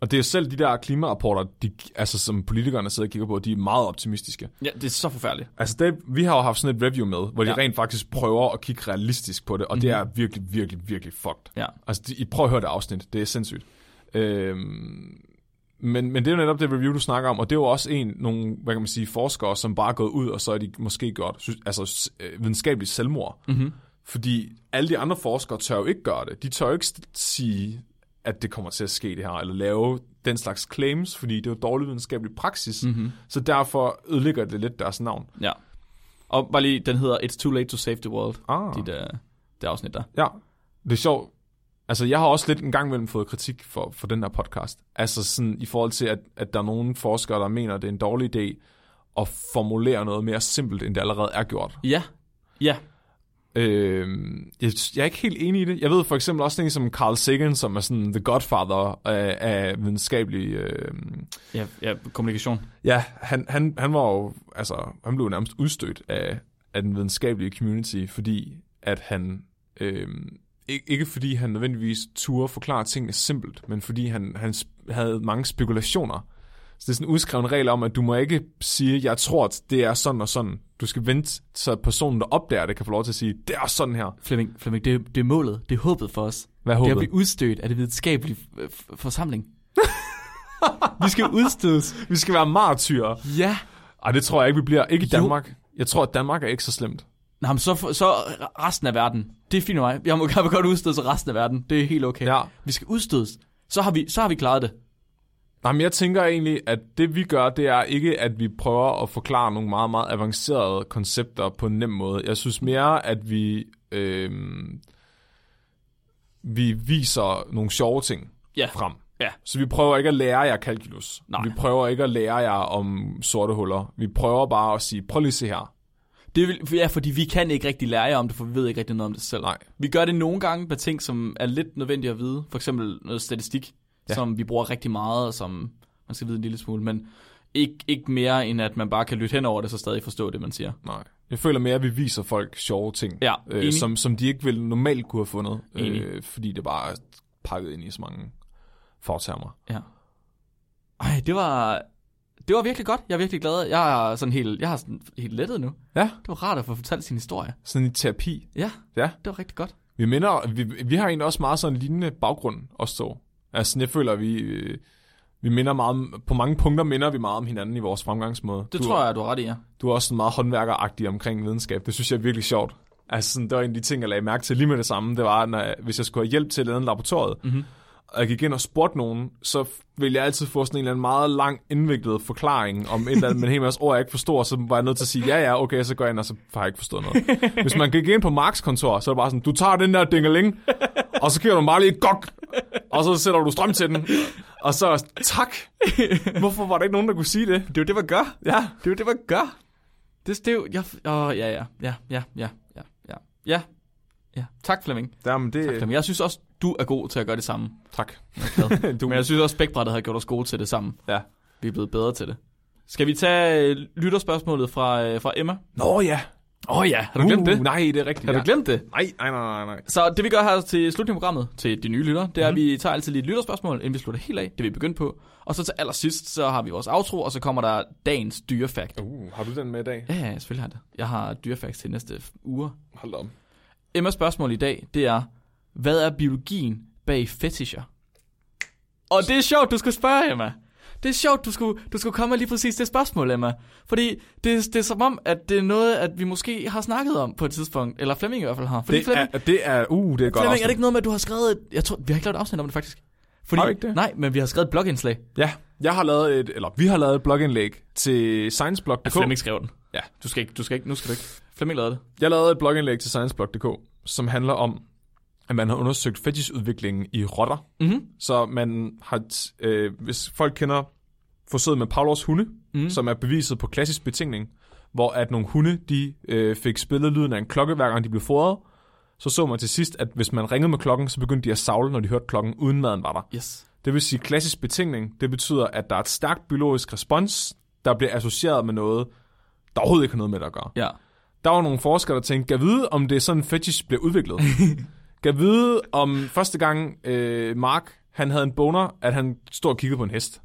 S3: Og det er selv de der klimarapporter, de, altså, som politikerne sidder og kigger på, de er meget optimistiske.
S1: Ja, det er så forfærdeligt.
S3: Altså det, vi har jo haft sådan et review med, hvor de
S1: Ja. Mhm.
S3: rent faktisk prøver at kigge realistisk på det, og mm-hmm. det er virkelig, virkelig, virkelig fucked.
S1: Ja.
S3: Altså de, I prøver at høre det afsnit, det er sindssygt. Øhm, men, men det er jo netop det review, du snakker om, og det er jo også en, nogle, hvad kan man sige, forskere, som bare er gået ud, og så er de måske gjort sy- altså, s- øh, videnskabeligt selvmord. Mm-hmm. Fordi alle de andre forskere tør jo ikke gøre det. De tør jo ikke st- sige, at det kommer til at ske det her, eller lave den slags claims, fordi det er jo dårlig videnskabelig praksis. Mm-hmm. Så derfor ødelægger det lidt deres navn.
S1: Ja. Og bare lige, den hedder It's Too Late to Save the World.
S3: Ah.
S1: Dit, uh, det afsnit der.
S3: Ja, det er sjovt. Altså, jeg har også lidt en gang imellem fået kritik for, for den her podcast. Altså sådan i forhold til, at, at der er nogle forskere, der mener, at det er en dårlig idé at formulere noget mere simpelt, end det allerede er gjort.
S1: Ja. Ja.
S3: Øh, jeg, jeg er ikke helt enig i det. Jeg ved for eksempel også en som Carl Sagan, som er sådan the godfather af, af videnskabelig... Øh,
S1: Ja, ja kommunikation.
S3: ja, han, han, han var jo... Altså, han blev nærmest udstødt af, af den videnskabelige community, fordi at han... Øhm, ikke, ikke fordi han nødvendigvis turde forklare tingene simpelt, men fordi han, han sp- havde mange spekulationer. Så det er sådan en udskreven regel om, at du må ikke sige, jeg tror, at det er sådan og sådan. Du skal vente, så personen, der opdager det, kan få lov til at sige, det er sådan her.
S1: Flemming, Flemming det, det er målet. Det er håbet for os.
S3: Hvad
S1: Det er
S3: håber
S1: at blive udstødt af det videnskabelige øh, f- forsamling. vi skal udstødes.
S3: Vi skal være martyrer.
S1: Ja.
S3: Ej, det tror jeg ikke, vi bliver. Ikke i
S1: Jo.
S3: Danmark. Jo. Jeg tror, at Danmark er ikke så slemt.
S1: Nå, men så, så resten af verden. Det er fint med mig. Jeg må, jeg må godt udstødes af resten af verden. Det er helt okay.
S3: Ja.
S1: Vi skal udstødes. Så har vi, så har vi klaret det.
S3: Nej, men jeg tænker egentlig, at det vi gør, det er ikke, at vi prøver at forklare nogle meget, meget avancerede koncepter på en nem måde. Jeg synes mere, at vi, øh, vi viser nogle sjove ting
S1: Ja.
S3: frem.
S1: Ja.
S3: Så vi prøver ikke at lære jer kalkulus.
S1: Nej.
S3: Vi prøver ikke at lære jer om sorte huller. Vi prøver bare at sige, prøv lige at se her.
S1: Det vil, ja, fordi vi kan ikke rigtig lære jer om det, for vi ved ikke rigtig noget om det selv.
S3: Nej.
S1: Vi gør det nogle gange med ting, som er lidt nødvendige at vide. For eksempel noget statistik, ja. som vi bruger rigtig meget, og som man skal vide en lille smule. Men ikke, ikke mere, end at man bare kan lytte hen over det, så stadig forstå det, man siger.
S3: Nej. Jeg føler mere, at vi viser folk sjove ting,
S1: Ja,
S3: øh,
S1: enig.
S3: som, som de ikke ville normalt kunne have fundet, øh,
S1: Enig.
S3: fordi det bare er pakket ind i så mange fortermer.
S1: Ja. Ej, det var... Det var virkelig godt. Jeg er virkelig glad. Jeg er sådan helt, jeg har sådan helt lettet nu.
S3: Ja,
S1: Det var rart at få fortalt sin historie.
S3: sådan i terapi.
S1: Ja,
S3: Ja.
S1: det var rigtig godt.
S3: Vi minder, vi, vi har egentlig også meget sådan en lignende baggrund, os to. Altså, jeg føler, vi, øh, vi minder meget, om- på mange punkter minder vi meget om hinanden i vores fremgangsmåde.
S1: Det
S3: du,
S1: tror jeg, du har ret i, ja.
S3: Du er også sådan meget håndværkeragtig omkring videnskab. Det synes jeg er virkelig sjovt. Altså, sådan, det var en af de ting, jeg lagde mærke til lige med det samme. Det var, når, jeg- hvis jeg skulle have hjælp til at lave en laboratoriet,
S1: Mhm.
S3: mm-hmm. og jeg gik ind og spurgte nogen, så f- ville jeg altid få sådan en eller anden meget lang, indviklet forklaring om et eller andet, men en hel masse ord, jeg ikke forstår, så var jeg nødt til at sige, ja, ja, okay, så går jeg ind, og så har jeg ikke forstået noget. Hvis man gik ind på Marks kontor, så er det bare sådan, du tager den der dingeling, og så giver du den bare lige et gok, og så sætter du strøm til den, og så tak. Hvorfor var der ikke nogen, der kunne sige det?
S1: Det er jo det, man gør.
S3: Ja,
S1: Det er jo det, man gør. Det, det er jo... Jeg, åh, ja, ja, ja, ja, ja, ja, ja, ja, ja. Tak, Flemming.
S3: Jamen, det...
S1: Flemming. Jeg synes også, du er god til at gøre det samme.
S3: Tak.
S1: Du. Men jeg synes også, spækbrættet har gjort os gode til det sammen.
S3: Ja.
S1: Vi er blevet bedre til det. Skal vi tage øh, lytterspørgsmålet fra, øh, fra Emma?
S3: Nå ja.
S1: Åh oh, ja, har du glemt
S3: Uh,
S1: det?
S3: Nej, det er rigtigt.
S1: Har du
S3: ja.
S1: glemt det?
S3: Nej, nej, nej, nej, nej.
S1: Så det vi gør her til slutningen af programmet, til de nye lyttere, det er, at vi tager altid lige et lytterspørgsmål, inden vi slutter helt af, det vi er begyndt på. Og så til allersidst, så har vi vores outro, og så kommer der dagens dyrefakt.
S3: Uh, har du den med i dag?
S1: Ja, ja, selvfølgelig har jeg det. Jeg har dyrefakt til næste f- uge.
S3: Hold da op.
S1: Emmas spørgsmål i dag, det er, hvad er biologien bag fetischer? Og det er sjovt, du skulle spørge, Emma. Det er sjovt, du skulle, du skulle komme med lige præcis det spørgsmål, Emma. Fordi det, det er som om, at det er noget, at vi måske har snakket om på et tidspunkt. Eller Flemming i hvert fald har. Fordi
S3: Det er, det er, uh, det er godt
S1: Flemming, er
S3: afsnit.
S1: det ikke noget med, at du har skrevet... et- Jeg tror, vi har ikke lavet et afsnit om det, faktisk. Fordi,
S3: Har vi ikke det?
S1: Nej, men vi har skrevet et blogindslag.
S3: Ja, jeg har lavet et, eller vi har lavet et blogindlæg til
S1: At
S3: scienceblog.dk.
S1: Flemming skrev den.
S3: Ja.
S1: Du skal ikke, du skal ikke, nu skal du ikke. Flemming lavede det.
S3: Jeg lavede et blogindlæg til scienceblog.dk, som handler om, at man har undersøgt fetishudviklingen i rotter.
S1: Mhm.
S3: Så man har, t- øh, hvis folk kender forsøget med Pavlovs hunde, mm. som er beviset på klassisk betingning, hvor at nogle hunde, de øh, fik spillet lyden af en klokke, hver gang de blev fodret, så så man til sidst, at hvis man ringede med klokken, så begyndte de at savle, når de hørte klokken, uden maden var der.
S1: Yes.
S3: Det vil sige, klassisk betingning, det betyder, at der er et stærkt biologisk respons, der bliver associeret med noget, der overhovedet ikke har noget med det at gøre
S1: Ja.
S3: der var nogle forskere, der tænkte, kan vide, om det er sådan, fetish bliver udviklet. kan vide, om første gang øh, Mark, han havde en boner, at han stod og kiggede på en hest.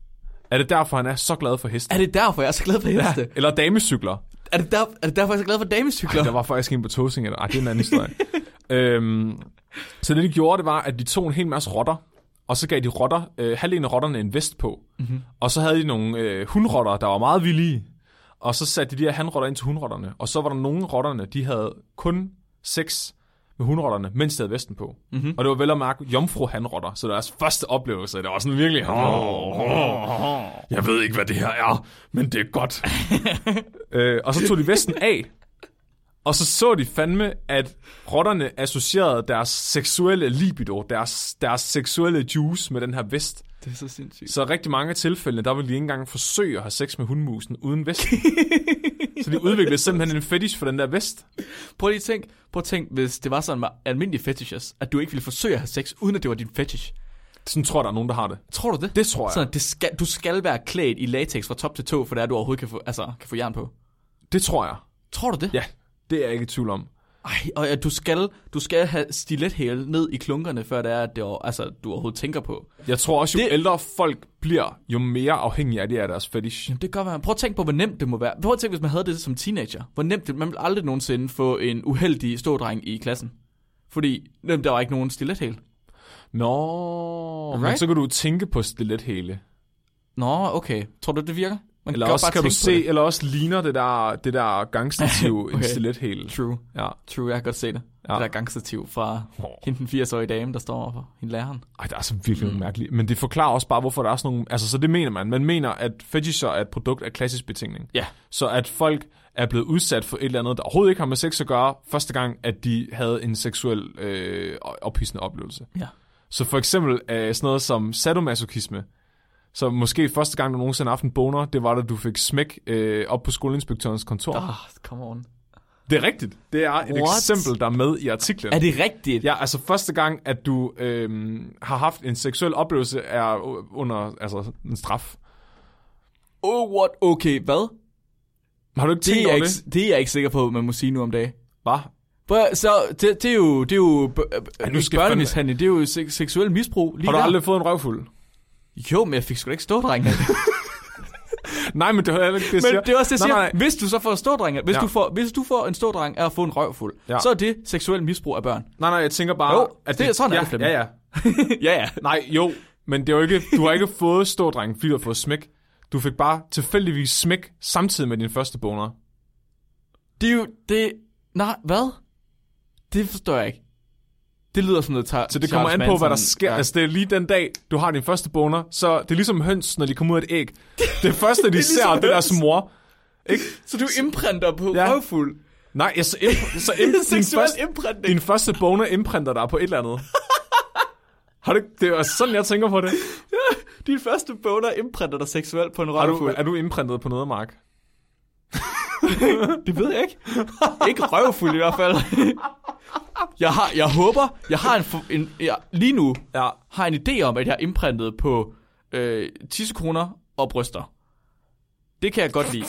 S3: Er det derfor, han er så glad for heste?
S1: Er det derfor, jeg er så glad for heste? Ja.
S3: Eller damecykler.
S1: Er, det der, er det derfor, jeg er så glad for damecykler?
S3: Der var faktisk en på Tåsinge. Ej, det er en anden historie. øhm, så det, de gjorde, det var, at de tog en hel masse rotter, og så gav de rotter, øh, halvdelen af rotterne en vest på. Mm-hmm. Og så havde de nogle øh, hundrotter, der var meget villige. Og så satte de de her hanrotter ind til hundrotterne. Og så var der nogle af rotterne, de havde kun seks med hundrotterne, mens de havde vesten på. Mm-hmm. Og det var vel at mærke jomfru hanrotter, så deres første oplevelse, det var sådan virkelig, oh, oh, jeg ved ikke, hvad det her er, men det er godt. øh, og så tog de vesten af, og så så de fandme, at rotterne associerede deres seksuelle libido, deres, deres seksuelle juice med den her vest.
S1: Det er så sindssygt.
S3: Så i rigtig mange tilfælde, der ville de ikke engang forsøge at have sex med hundmusen uden vesten. så de udviklede simpelthen en fetish for den der vest.
S1: Prøv lige at tænk, prøv at tænk, hvis det var sådan med almindelige fetishes, at du ikke ville forsøge at have sex, uden at det var din fetish.
S3: Sådan tror jeg, der er nogen, der har det.
S1: Tror du det?
S3: Det tror jeg.
S1: Sådan, at det skal, du skal være klædt i latex fra top til tå, for det er, at du overhovedet kan få, altså, kan få jern på.
S3: Det tror jeg.
S1: Tror du det?
S3: Ja, det er jeg ikke i tvivl om.
S1: Ej, og at du skal, du skal have stilethæle ned i klunkerne, før det er, at det, over- altså, du overhovedet tænker på.
S3: Jeg tror også, jo
S1: Det-
S3: det... ældre folk bliver, jo mere afhængige af de er af deres fetish.
S1: Jamen, det kan godt være. Prøv at tænke på, hvor nemt det må være. Prøv at tænke, hvis man havde det som teenager. Hvor nemt det, man ville aldrig nogensinde få en uheldig stådreng i klassen. Fordi nemt, der var ikke nogen stilethæle.
S3: Nå, right? men
S1: Right?
S3: så kan du tænke på stilethæle.
S1: Nå, okay. Tror du, det virker? Man
S3: Eller
S1: godt
S3: også,
S1: bare
S3: kan du
S1: tænke på
S3: se, eller også ligner det der, det der gangstativ okay. en
S1: Okay.
S3: stilethæl.
S1: True.
S3: Ja.
S1: True, jeg kan godt se det. Ja.
S3: Ja.
S1: Det der gangstativ fra hende den 80-årige dame, der står overfor hende læreren.
S3: Ej, der er så virkelig nogle mærkelige. Men det forklarer også bare, hvorfor der er sådan nogle... Altså, så det mener man. Man mener, at fetisher er et produkt af klassisk betingning.
S1: Ja.
S3: Så at folk er blevet udsat for et eller andet, der overhovedet ikke har med sex at gøre, første gang, at de havde en seksuel øh, ophidsende oplevelse.
S1: Ja.
S3: Så for eksempel øh, sådan noget som sadomasochisme. Så måske første gang, du nogensinde har haft en boner, det var, da du fik smæk øh, op på skoleinspektørens kontor.
S1: Ah, come on.
S3: Det er rigtigt. Det er et
S1: What?
S3: eksempel, der er med i artiklen.
S1: Er det rigtigt?
S3: Ja, altså første gang, at du øhm, har haft en seksuel oplevelse, er u- under altså, en straf.
S1: Oh, what? Okay, hvad?
S3: Har du ikke
S1: Det
S3: tænkt
S1: er, jeg
S3: over
S1: ikke,
S3: det?
S1: det er jeg ikke sikker på, man må sige nu om dagen.
S3: Hva?
S1: Prøv, så det, det, er jo, det er jo b-
S3: Ej, nu
S1: nu
S3: skal
S1: skal
S3: jeg fandme-
S1: børnemishandling, det er jo se- seksuel misbrug lige
S3: Har du
S1: der.
S3: aldrig fået en røvfuld?
S1: Jo, men jeg fik sgu da ikke stådrengene.
S3: Nej, men det var heller ikke det, jeg
S1: men
S3: siger.
S1: det er også det, jeg
S3: nej,
S1: siger.
S3: nej,
S1: Nej, Hvis du så får stådrengene, hvis,
S3: Ja.
S1: ja. du får, hvis du får en stådreng af at få en røvfuld,
S3: Ja.
S1: ja. så er det seksuel misbrug af børn.
S3: nej, nej, jeg tænker bare...
S1: Jo, det er sådan, er
S3: ja,
S1: det, Flemming.
S3: ja, ja.
S1: ja, ja.
S3: Nej, jo, men det er jo ikke, du har ikke fået stor dreng, fordi du har fået smæk. Du fik bare tilfældigvis smæk samtidig med din første boner.
S1: Det er jo, det... Nej, hvad? Det forstår jeg ikke. Det lyder som noget tar-
S3: Så det kommer an på, hvad der sker. Altså, det er lige den dag, du har din første boner, så det er ligesom høns, når de kommer ud af et æg. Det første, de det
S1: ligesom
S3: ser, det er deres
S1: høns.
S3: mor.
S1: Så du imprinter på
S3: Ja.
S1: ja. røvfuld.
S3: Nej, jeg, så, imp- så imp- din,
S1: Seksuel
S3: første,
S1: imprintning.
S3: din første boner imprinter dig på et eller andet. Har du, ikke- det er sådan, jeg tænker på det.
S1: Din første boner imprinter dig seksuelt på en
S3: Er du,
S1: røvfuld.
S3: er du imprintet på noget, Mark?
S1: Det ved jeg ikke. ikke røvfuld i hvert fald. Jeg, har, jeg håber, jeg har en, for- en jeg, lige nu
S3: Ja.
S1: har en idé om, at jeg er imprintet på øh, tissekroner og bryster. Det kan jeg godt lide.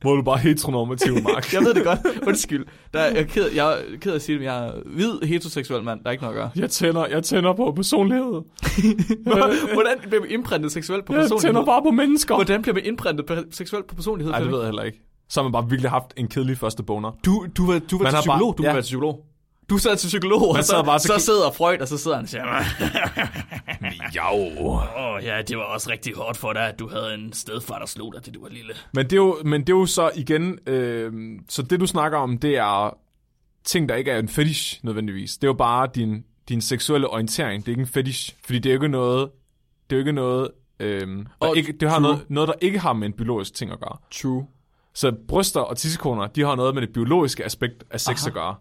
S3: Hvor er du bare heteronormativ, Mark.
S1: Jeg ved det godt. Undskyld. Der, jeg, er ked, jeg er ked af at sige det, men jeg er hvid heteroseksuel mand. Der er ikke noget at gøre.
S3: Jeg tænder, jeg tænder på personlighed.
S1: Hvordan bliver man imprintet seksuelt på
S3: Jeg tænder
S1: personlighed?
S3: bare på mennesker.
S1: Hvordan bliver man imprintet per- seksuelt på personlighed?
S3: Nej, det
S1: Flemming?
S3: ved jeg heller ikke. Så har man bare virkelig haft en kedelig første boner.
S1: Du, du var, du var
S3: Man
S1: til
S3: har bare-
S1: psykolog, du
S3: ja.
S1: ja. var til psykolog. Du sad til psykolog, og
S3: sad
S1: så,
S3: bare
S1: bare
S3: så
S1: så,
S3: kig-
S1: så sidder Freud, og så sidder han og siger,
S3: Jo.
S1: åh oh, ja, det var også rigtig hårdt for dig, at du havde en stedfar, der slog dig, da du var lille.
S3: Men det er jo, men det er jo så igen, øh, så det du snakker om, det er ting, der ikke er en fetish nødvendigvis. Det er jo bare din, din seksuelle orientering, det er ikke en fetish, fordi det er jo ikke noget, det er jo ikke noget, øh, og
S1: Og
S3: ikke, det har
S1: true.
S3: noget, noget, der ikke har med en biologisk ting at gøre.
S1: True.
S3: Så bryster og tissekoner, de har noget med det biologiske aspekt af sex Aha. at gøre.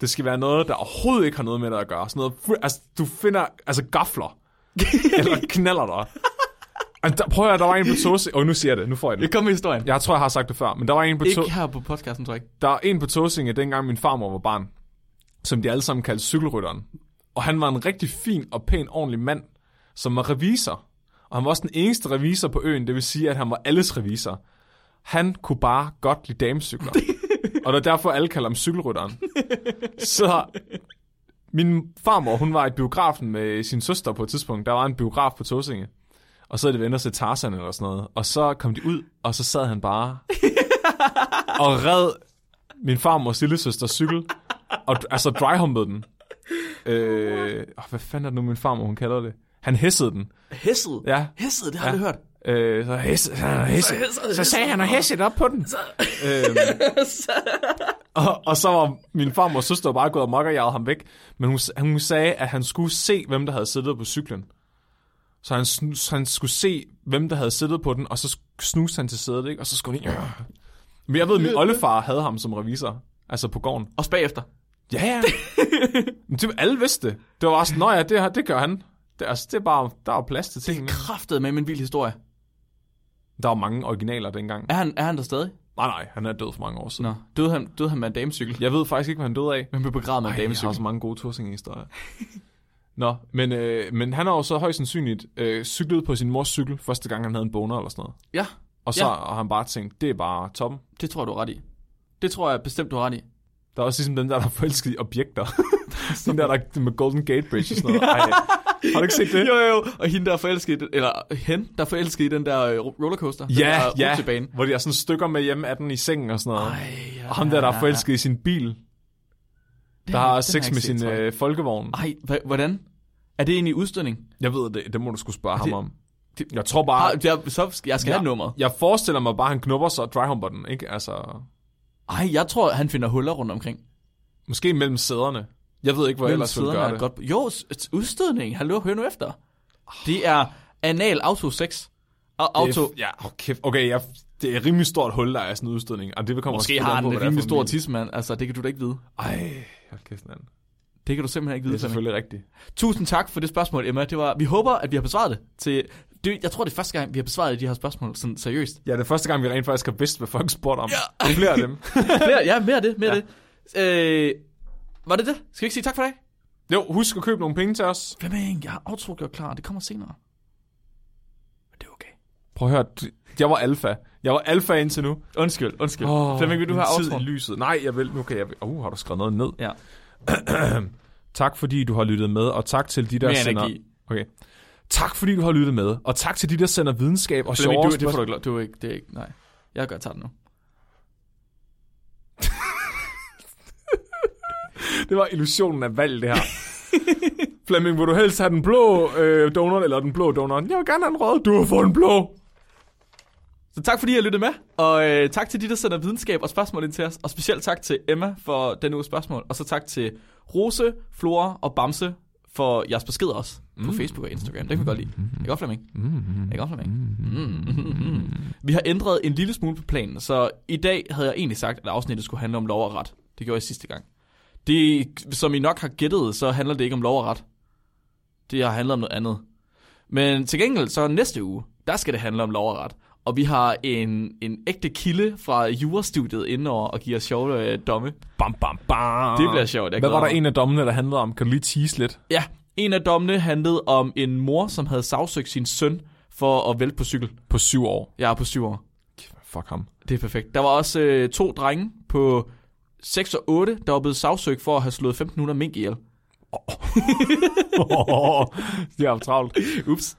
S3: Det skal være noget, der overhovedet ikke har noget med det at gøre. Sådan noget, fu- altså, du finder altså gafler, eller knaller dig. Altså, der, prøv at høre, der var en på Tose, og nu siger jeg det, nu får jeg det.
S1: Jeg kom med historien. Ja.
S3: Jeg tror, jeg har sagt det før, men der var en på, to-
S1: Ikke her på podcasten, tror jeg ikke.
S3: der var en på Tåsinge, dengang min farmor var barn, som de alle sammen kaldte cykelrytteren. Og han var en rigtig fin og pæn ordentlig mand, som var revisor. Og han var også den eneste revisor på øen, det vil sige, at han var alles revisor. Han kunne bare godt lide damecykler. og det er derfor, alle kalder ham cykelrytteren. Så min farmor, hun var i biografen med sin søster på et tidspunkt. Der var en biograf på Tåsinge. Og så havde de venner til Tarzan eller sådan noget. Og så kom de ud, og så sad han bare og red min farmors lillesøsters cykel, og altså dryhumpede den. Øh, oh, hvad fanden er det nu, min farmor, hun kalder det? Han hæssede den.
S1: Hesset. Ja.
S3: Ja.
S1: Hesset, det har jeg aldrig hørt.
S3: Øh, så hæssede, han har hæsset. Så sagde han, og hæsset op på den. Øhm, og, og så var min farmors søster bare gået amok og jagede ham væk. Men hun, hun sagde, at han skulle se, hvem der havde siddet på cyklen. Så han, snu- så han skulle se, hvem der havde siddet på den, og så snuste han til sædet, ikke? og så skulle han... Men jeg ved, at min oldefar havde ham som revisor, altså på gården.
S1: Også bagefter.
S3: Ja, ja. Men det, alle vidste det. Det var bare sådan, nå ja, det, her, det gør han. Det, altså, det er bare, der er jo plads til tingene.
S1: Kraftet med en vild historie.
S3: Der var mange originaler dengang.
S1: Er han, er han der stadig?
S3: Nej, nej, han er død for mange år siden.
S1: Nå. Døde han, døde han med en damecykel?
S3: Jeg ved faktisk ikke, hvad han døde af.
S1: Men blev begravet med en
S3: Ej, jeg har
S1: damecykel.
S3: så mange gode Torsing-historier. Nå, men, øh, men han har jo så højst sandsynligt øh, cyklet på sin mors cykel, første gang han havde en boner eller sådan noget.
S1: Ja,
S3: Og så
S1: Ja.
S3: har han bare tænkt, det er bare toppen.
S1: det tror jeg, du har ret i. Det tror jeg bestemt, du har ret i.
S3: Der er også ligesom den der, der er forelsket i objekter. den der, der med Golden Gate Bridge og sådan noget. Ej, har du ikke set det?
S1: Jo, jo, jo. Og hende, der er forelsket i den, eller hen, der er forelsket i den der øh, ro- rollercoaster.
S3: Ja,
S1: den der
S3: ja,
S1: rutsjebane.
S3: hvor de er sådan stykker med hjemme af den i sengen og sådan noget. Ej,
S1: ja,
S3: og ham der, der er forelsket i sin bil, der har sex med sin
S1: Øh...
S3: øh, folkevogn.
S1: Ej, hva- hvordan? Er det egentlig udstødning?
S3: Jeg ved det, det må du skulle spørge ham
S1: det-
S3: om.
S1: Det-
S3: Jeg tror bare...
S1: Har, jeg, så, jeg skal ja. have nummeret.
S3: Jeg forestiller mig bare, at han knupper sig og dryhumper den, ikke? Altså,
S1: Ej, jeg tror, han finder huller rundt omkring.
S3: måske mellem sæderne. Jeg ved ikke, hvor jeg ellers ville gøre
S1: siderne er
S3: det.
S1: godt. Jo, s- s- udstødning. Hallo, hør nu efter. Det er anal auto 6. Og
S3: Det er-
S1: auto...
S3: Ja, oh, kæft. Okay, jeg, det er et rimelig stort hul, der er sådan en udstødning. Og det vil komme
S1: Måske har han en rimelig stor tidsmand. Altså, det kan du da ikke vide.
S3: Ej, hold kæft, mand.
S1: Det kan du simpelthen ikke
S3: Det er
S1: vide. Flemming.
S3: selvfølgelig rigtigt.
S1: Tusind tak for det spørgsmål, Emma. Det var, vi håber, at vi har besvaret det. Til, det jeg tror, det er første gang, vi har besvaret de her spørgsmål sådan seriøst.
S3: Ja, det er første gang, vi rent faktisk har vidst, hvad folk spurgte om. Ja. Flere af dem.
S1: Flere, ja, mere af det, mere ja. det. Øh, var det det? Skal vi ikke sige tak for i dag?
S3: jo, husk at købe nogle penge til os.
S1: Flemming, jeg har outro gjort klar. Det kommer senere. Men det er okay.
S3: Prøv at høre, du- jeg var alfa. Jeg var alfa indtil nu.
S1: Undskyld, undskyld. Oh, Flemming, vil du
S3: min
S1: have
S3: tid
S1: outro?
S3: i lyset. Nej, jeg vil. Nu kan jeg... Uh, har du skrevet noget ned?
S1: Ja.
S3: Tak fordi du har lyttet med, og tak til de, der
S1: Mere
S3: sender...
S1: energi.
S3: Okay. Tak fordi du har lyttet med, og tak til de, der sender videnskab og
S1: Flemming,
S3: sjove
S1: du, det får
S3: spørgsmål.
S1: du ikke, lov- du er ikke, det er ikke, nej. Jeg gør, tager den nu.
S3: Det var illusionen af valg, det her. Flemming, vil du helst have den blå øh, donut eller den blå donut? Jeg vil gerne have den røde. Du har fået den blå.
S1: Så tak fordi I har lyttet med, og øh, tak til de, der sender videnskab og spørgsmål ind til os. Og specielt tak til Emma for den uges spørgsmål, og så tak til Rose, Flora og Bamse for jeres beskeder også på Facebook og Instagram. Det kan vi godt lide. Ikke godt, Flemming? Ikke godt, Flemming? Mm. Vi har ændret en lille smule på planen, så i dag havde jeg egentlig sagt, at afsnittet skulle handle om lov og ret. Det gjorde jeg sidste gang. Det, som I nok har gættet, så handler det ikke om lov og ret. Det har handlet om noget andet. Men til gengæld, så næste uge, der skal det handle om lov og ret. Og vi har en, en ægte kilde fra jurastudiet indover og giver os sjove øh, domme.
S3: Bam, bam, bam.
S1: Det bliver sjovt, jeg
S3: Hvad
S1: glæder
S3: var der
S1: mig.
S3: en af dommene, der handlede om? Kan du lige tease lidt?
S1: Ja, en af dommene handlede om en mor, som havde sagsøgt sin søn for at vælte på cykel.
S3: På syv år.
S1: Jeg er på syv år.
S3: Fuck ham.
S1: Det er perfekt. Der var også øh, to drenge på 6 og 8, der var blevet sagsøgt for at have slået 1500 mink ihjel.
S3: de har haft travlt.
S1: Ups.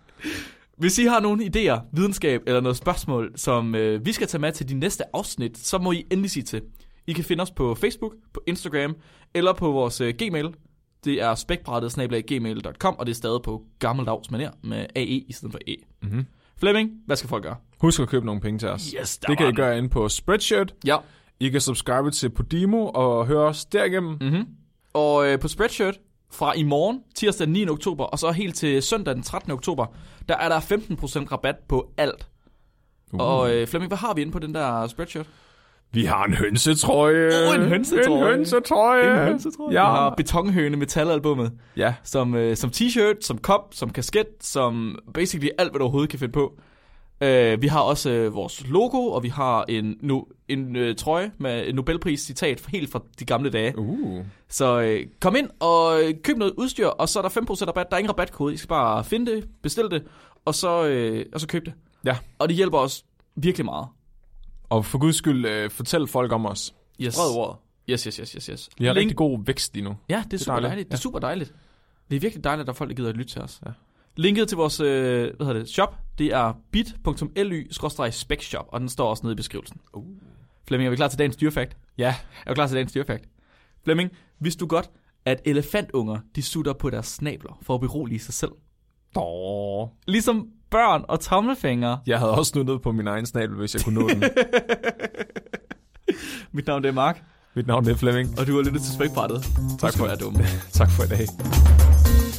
S1: Hvis I har nogle idéer, videnskab eller noget spørgsmål, som øh, vi skal tage med til de næste afsnit, så må I endelig sige til. I kan finde os på Facebook, på Instagram eller på vores øh, Gmail. Det er spækbrættet-gmail.com, og det er stadig på gammeldags maner med AE i stedet for E.
S3: Mhm.
S1: Flemming, hvad skal folk gøre?
S3: Husk at købe nogle penge til os.
S1: Yes, der
S3: det kan
S1: var
S3: I
S1: den.
S3: gøre inde på Spreadshirt.
S1: Ja.
S3: I kan subscribe til Podimo og høre os derigennem.
S1: Mm-hmm. Og øh, på Spreadshirt fra i morgen, tirsdag den 9. oktober, og så helt til søndag den 13. oktober, der er der 15% rabat på alt. Uh. Og øh, Flemming, hvad har vi inde på den der Spreadshirt?
S3: Vi har en hønsetrøje.
S1: Uh, en hønsetrøje.
S3: En hønsetrøje.
S1: En hønsetrøje.
S3: Ja.
S1: Vi har betonhøne metalalbummet
S3: ja.
S1: som, øh, som t-shirt, som kop, som kasket, som basically alt, hvad du overhovedet kan finde på. Øh, vi har også øh, vores logo, og vi har en, nu, en øh, trøje med en Nobelpris-citat helt fra de gamle dage.
S3: Uh.
S1: Så øh, kom ind og øh, køb noget udstyr, og så er der 5% rabat. Der er ingen rabatkode. I skal bare finde det, bestille det, og så, øh, og så køb det.
S3: Ja.
S1: Og det hjælper os virkelig meget.
S3: Og for guds skyld, øh, fortæl folk om os.
S1: Yes.
S3: Spred ordet.
S1: Yes, yes, yes, yes, yes.
S3: Vi har
S1: Link-
S3: rigtig god vækst lige nu.
S1: Ja, det er, super
S3: dejligt.
S1: dejligt. Det er super dejligt. Det er virkelig dejligt, at der er folk, der gider at lytte til os. Ja. Linket til vores øh, hvad hedder det, shop, det er bit.ly-specshop, og den står også nede i beskrivelsen. Uh. Flemming, er vi klar til dagens dyrefakt?
S3: Ja.
S1: Er du klar til dagens dyrefakt? Flemming, vidste du godt, at elefantunger, de sutter på deres snabler for at berolige sig selv?
S3: Dår.
S1: Ligesom børn og tommelfingre.
S3: Jeg havde også nuttet på min egen snabel, hvis jeg kunne nå den.
S1: Mit navn det er Mark,
S3: Mit navn er Flemming.
S1: og du har lyttet til Spækbrættet.
S3: Tak for,
S1: at dumme.
S3: tak for i dag.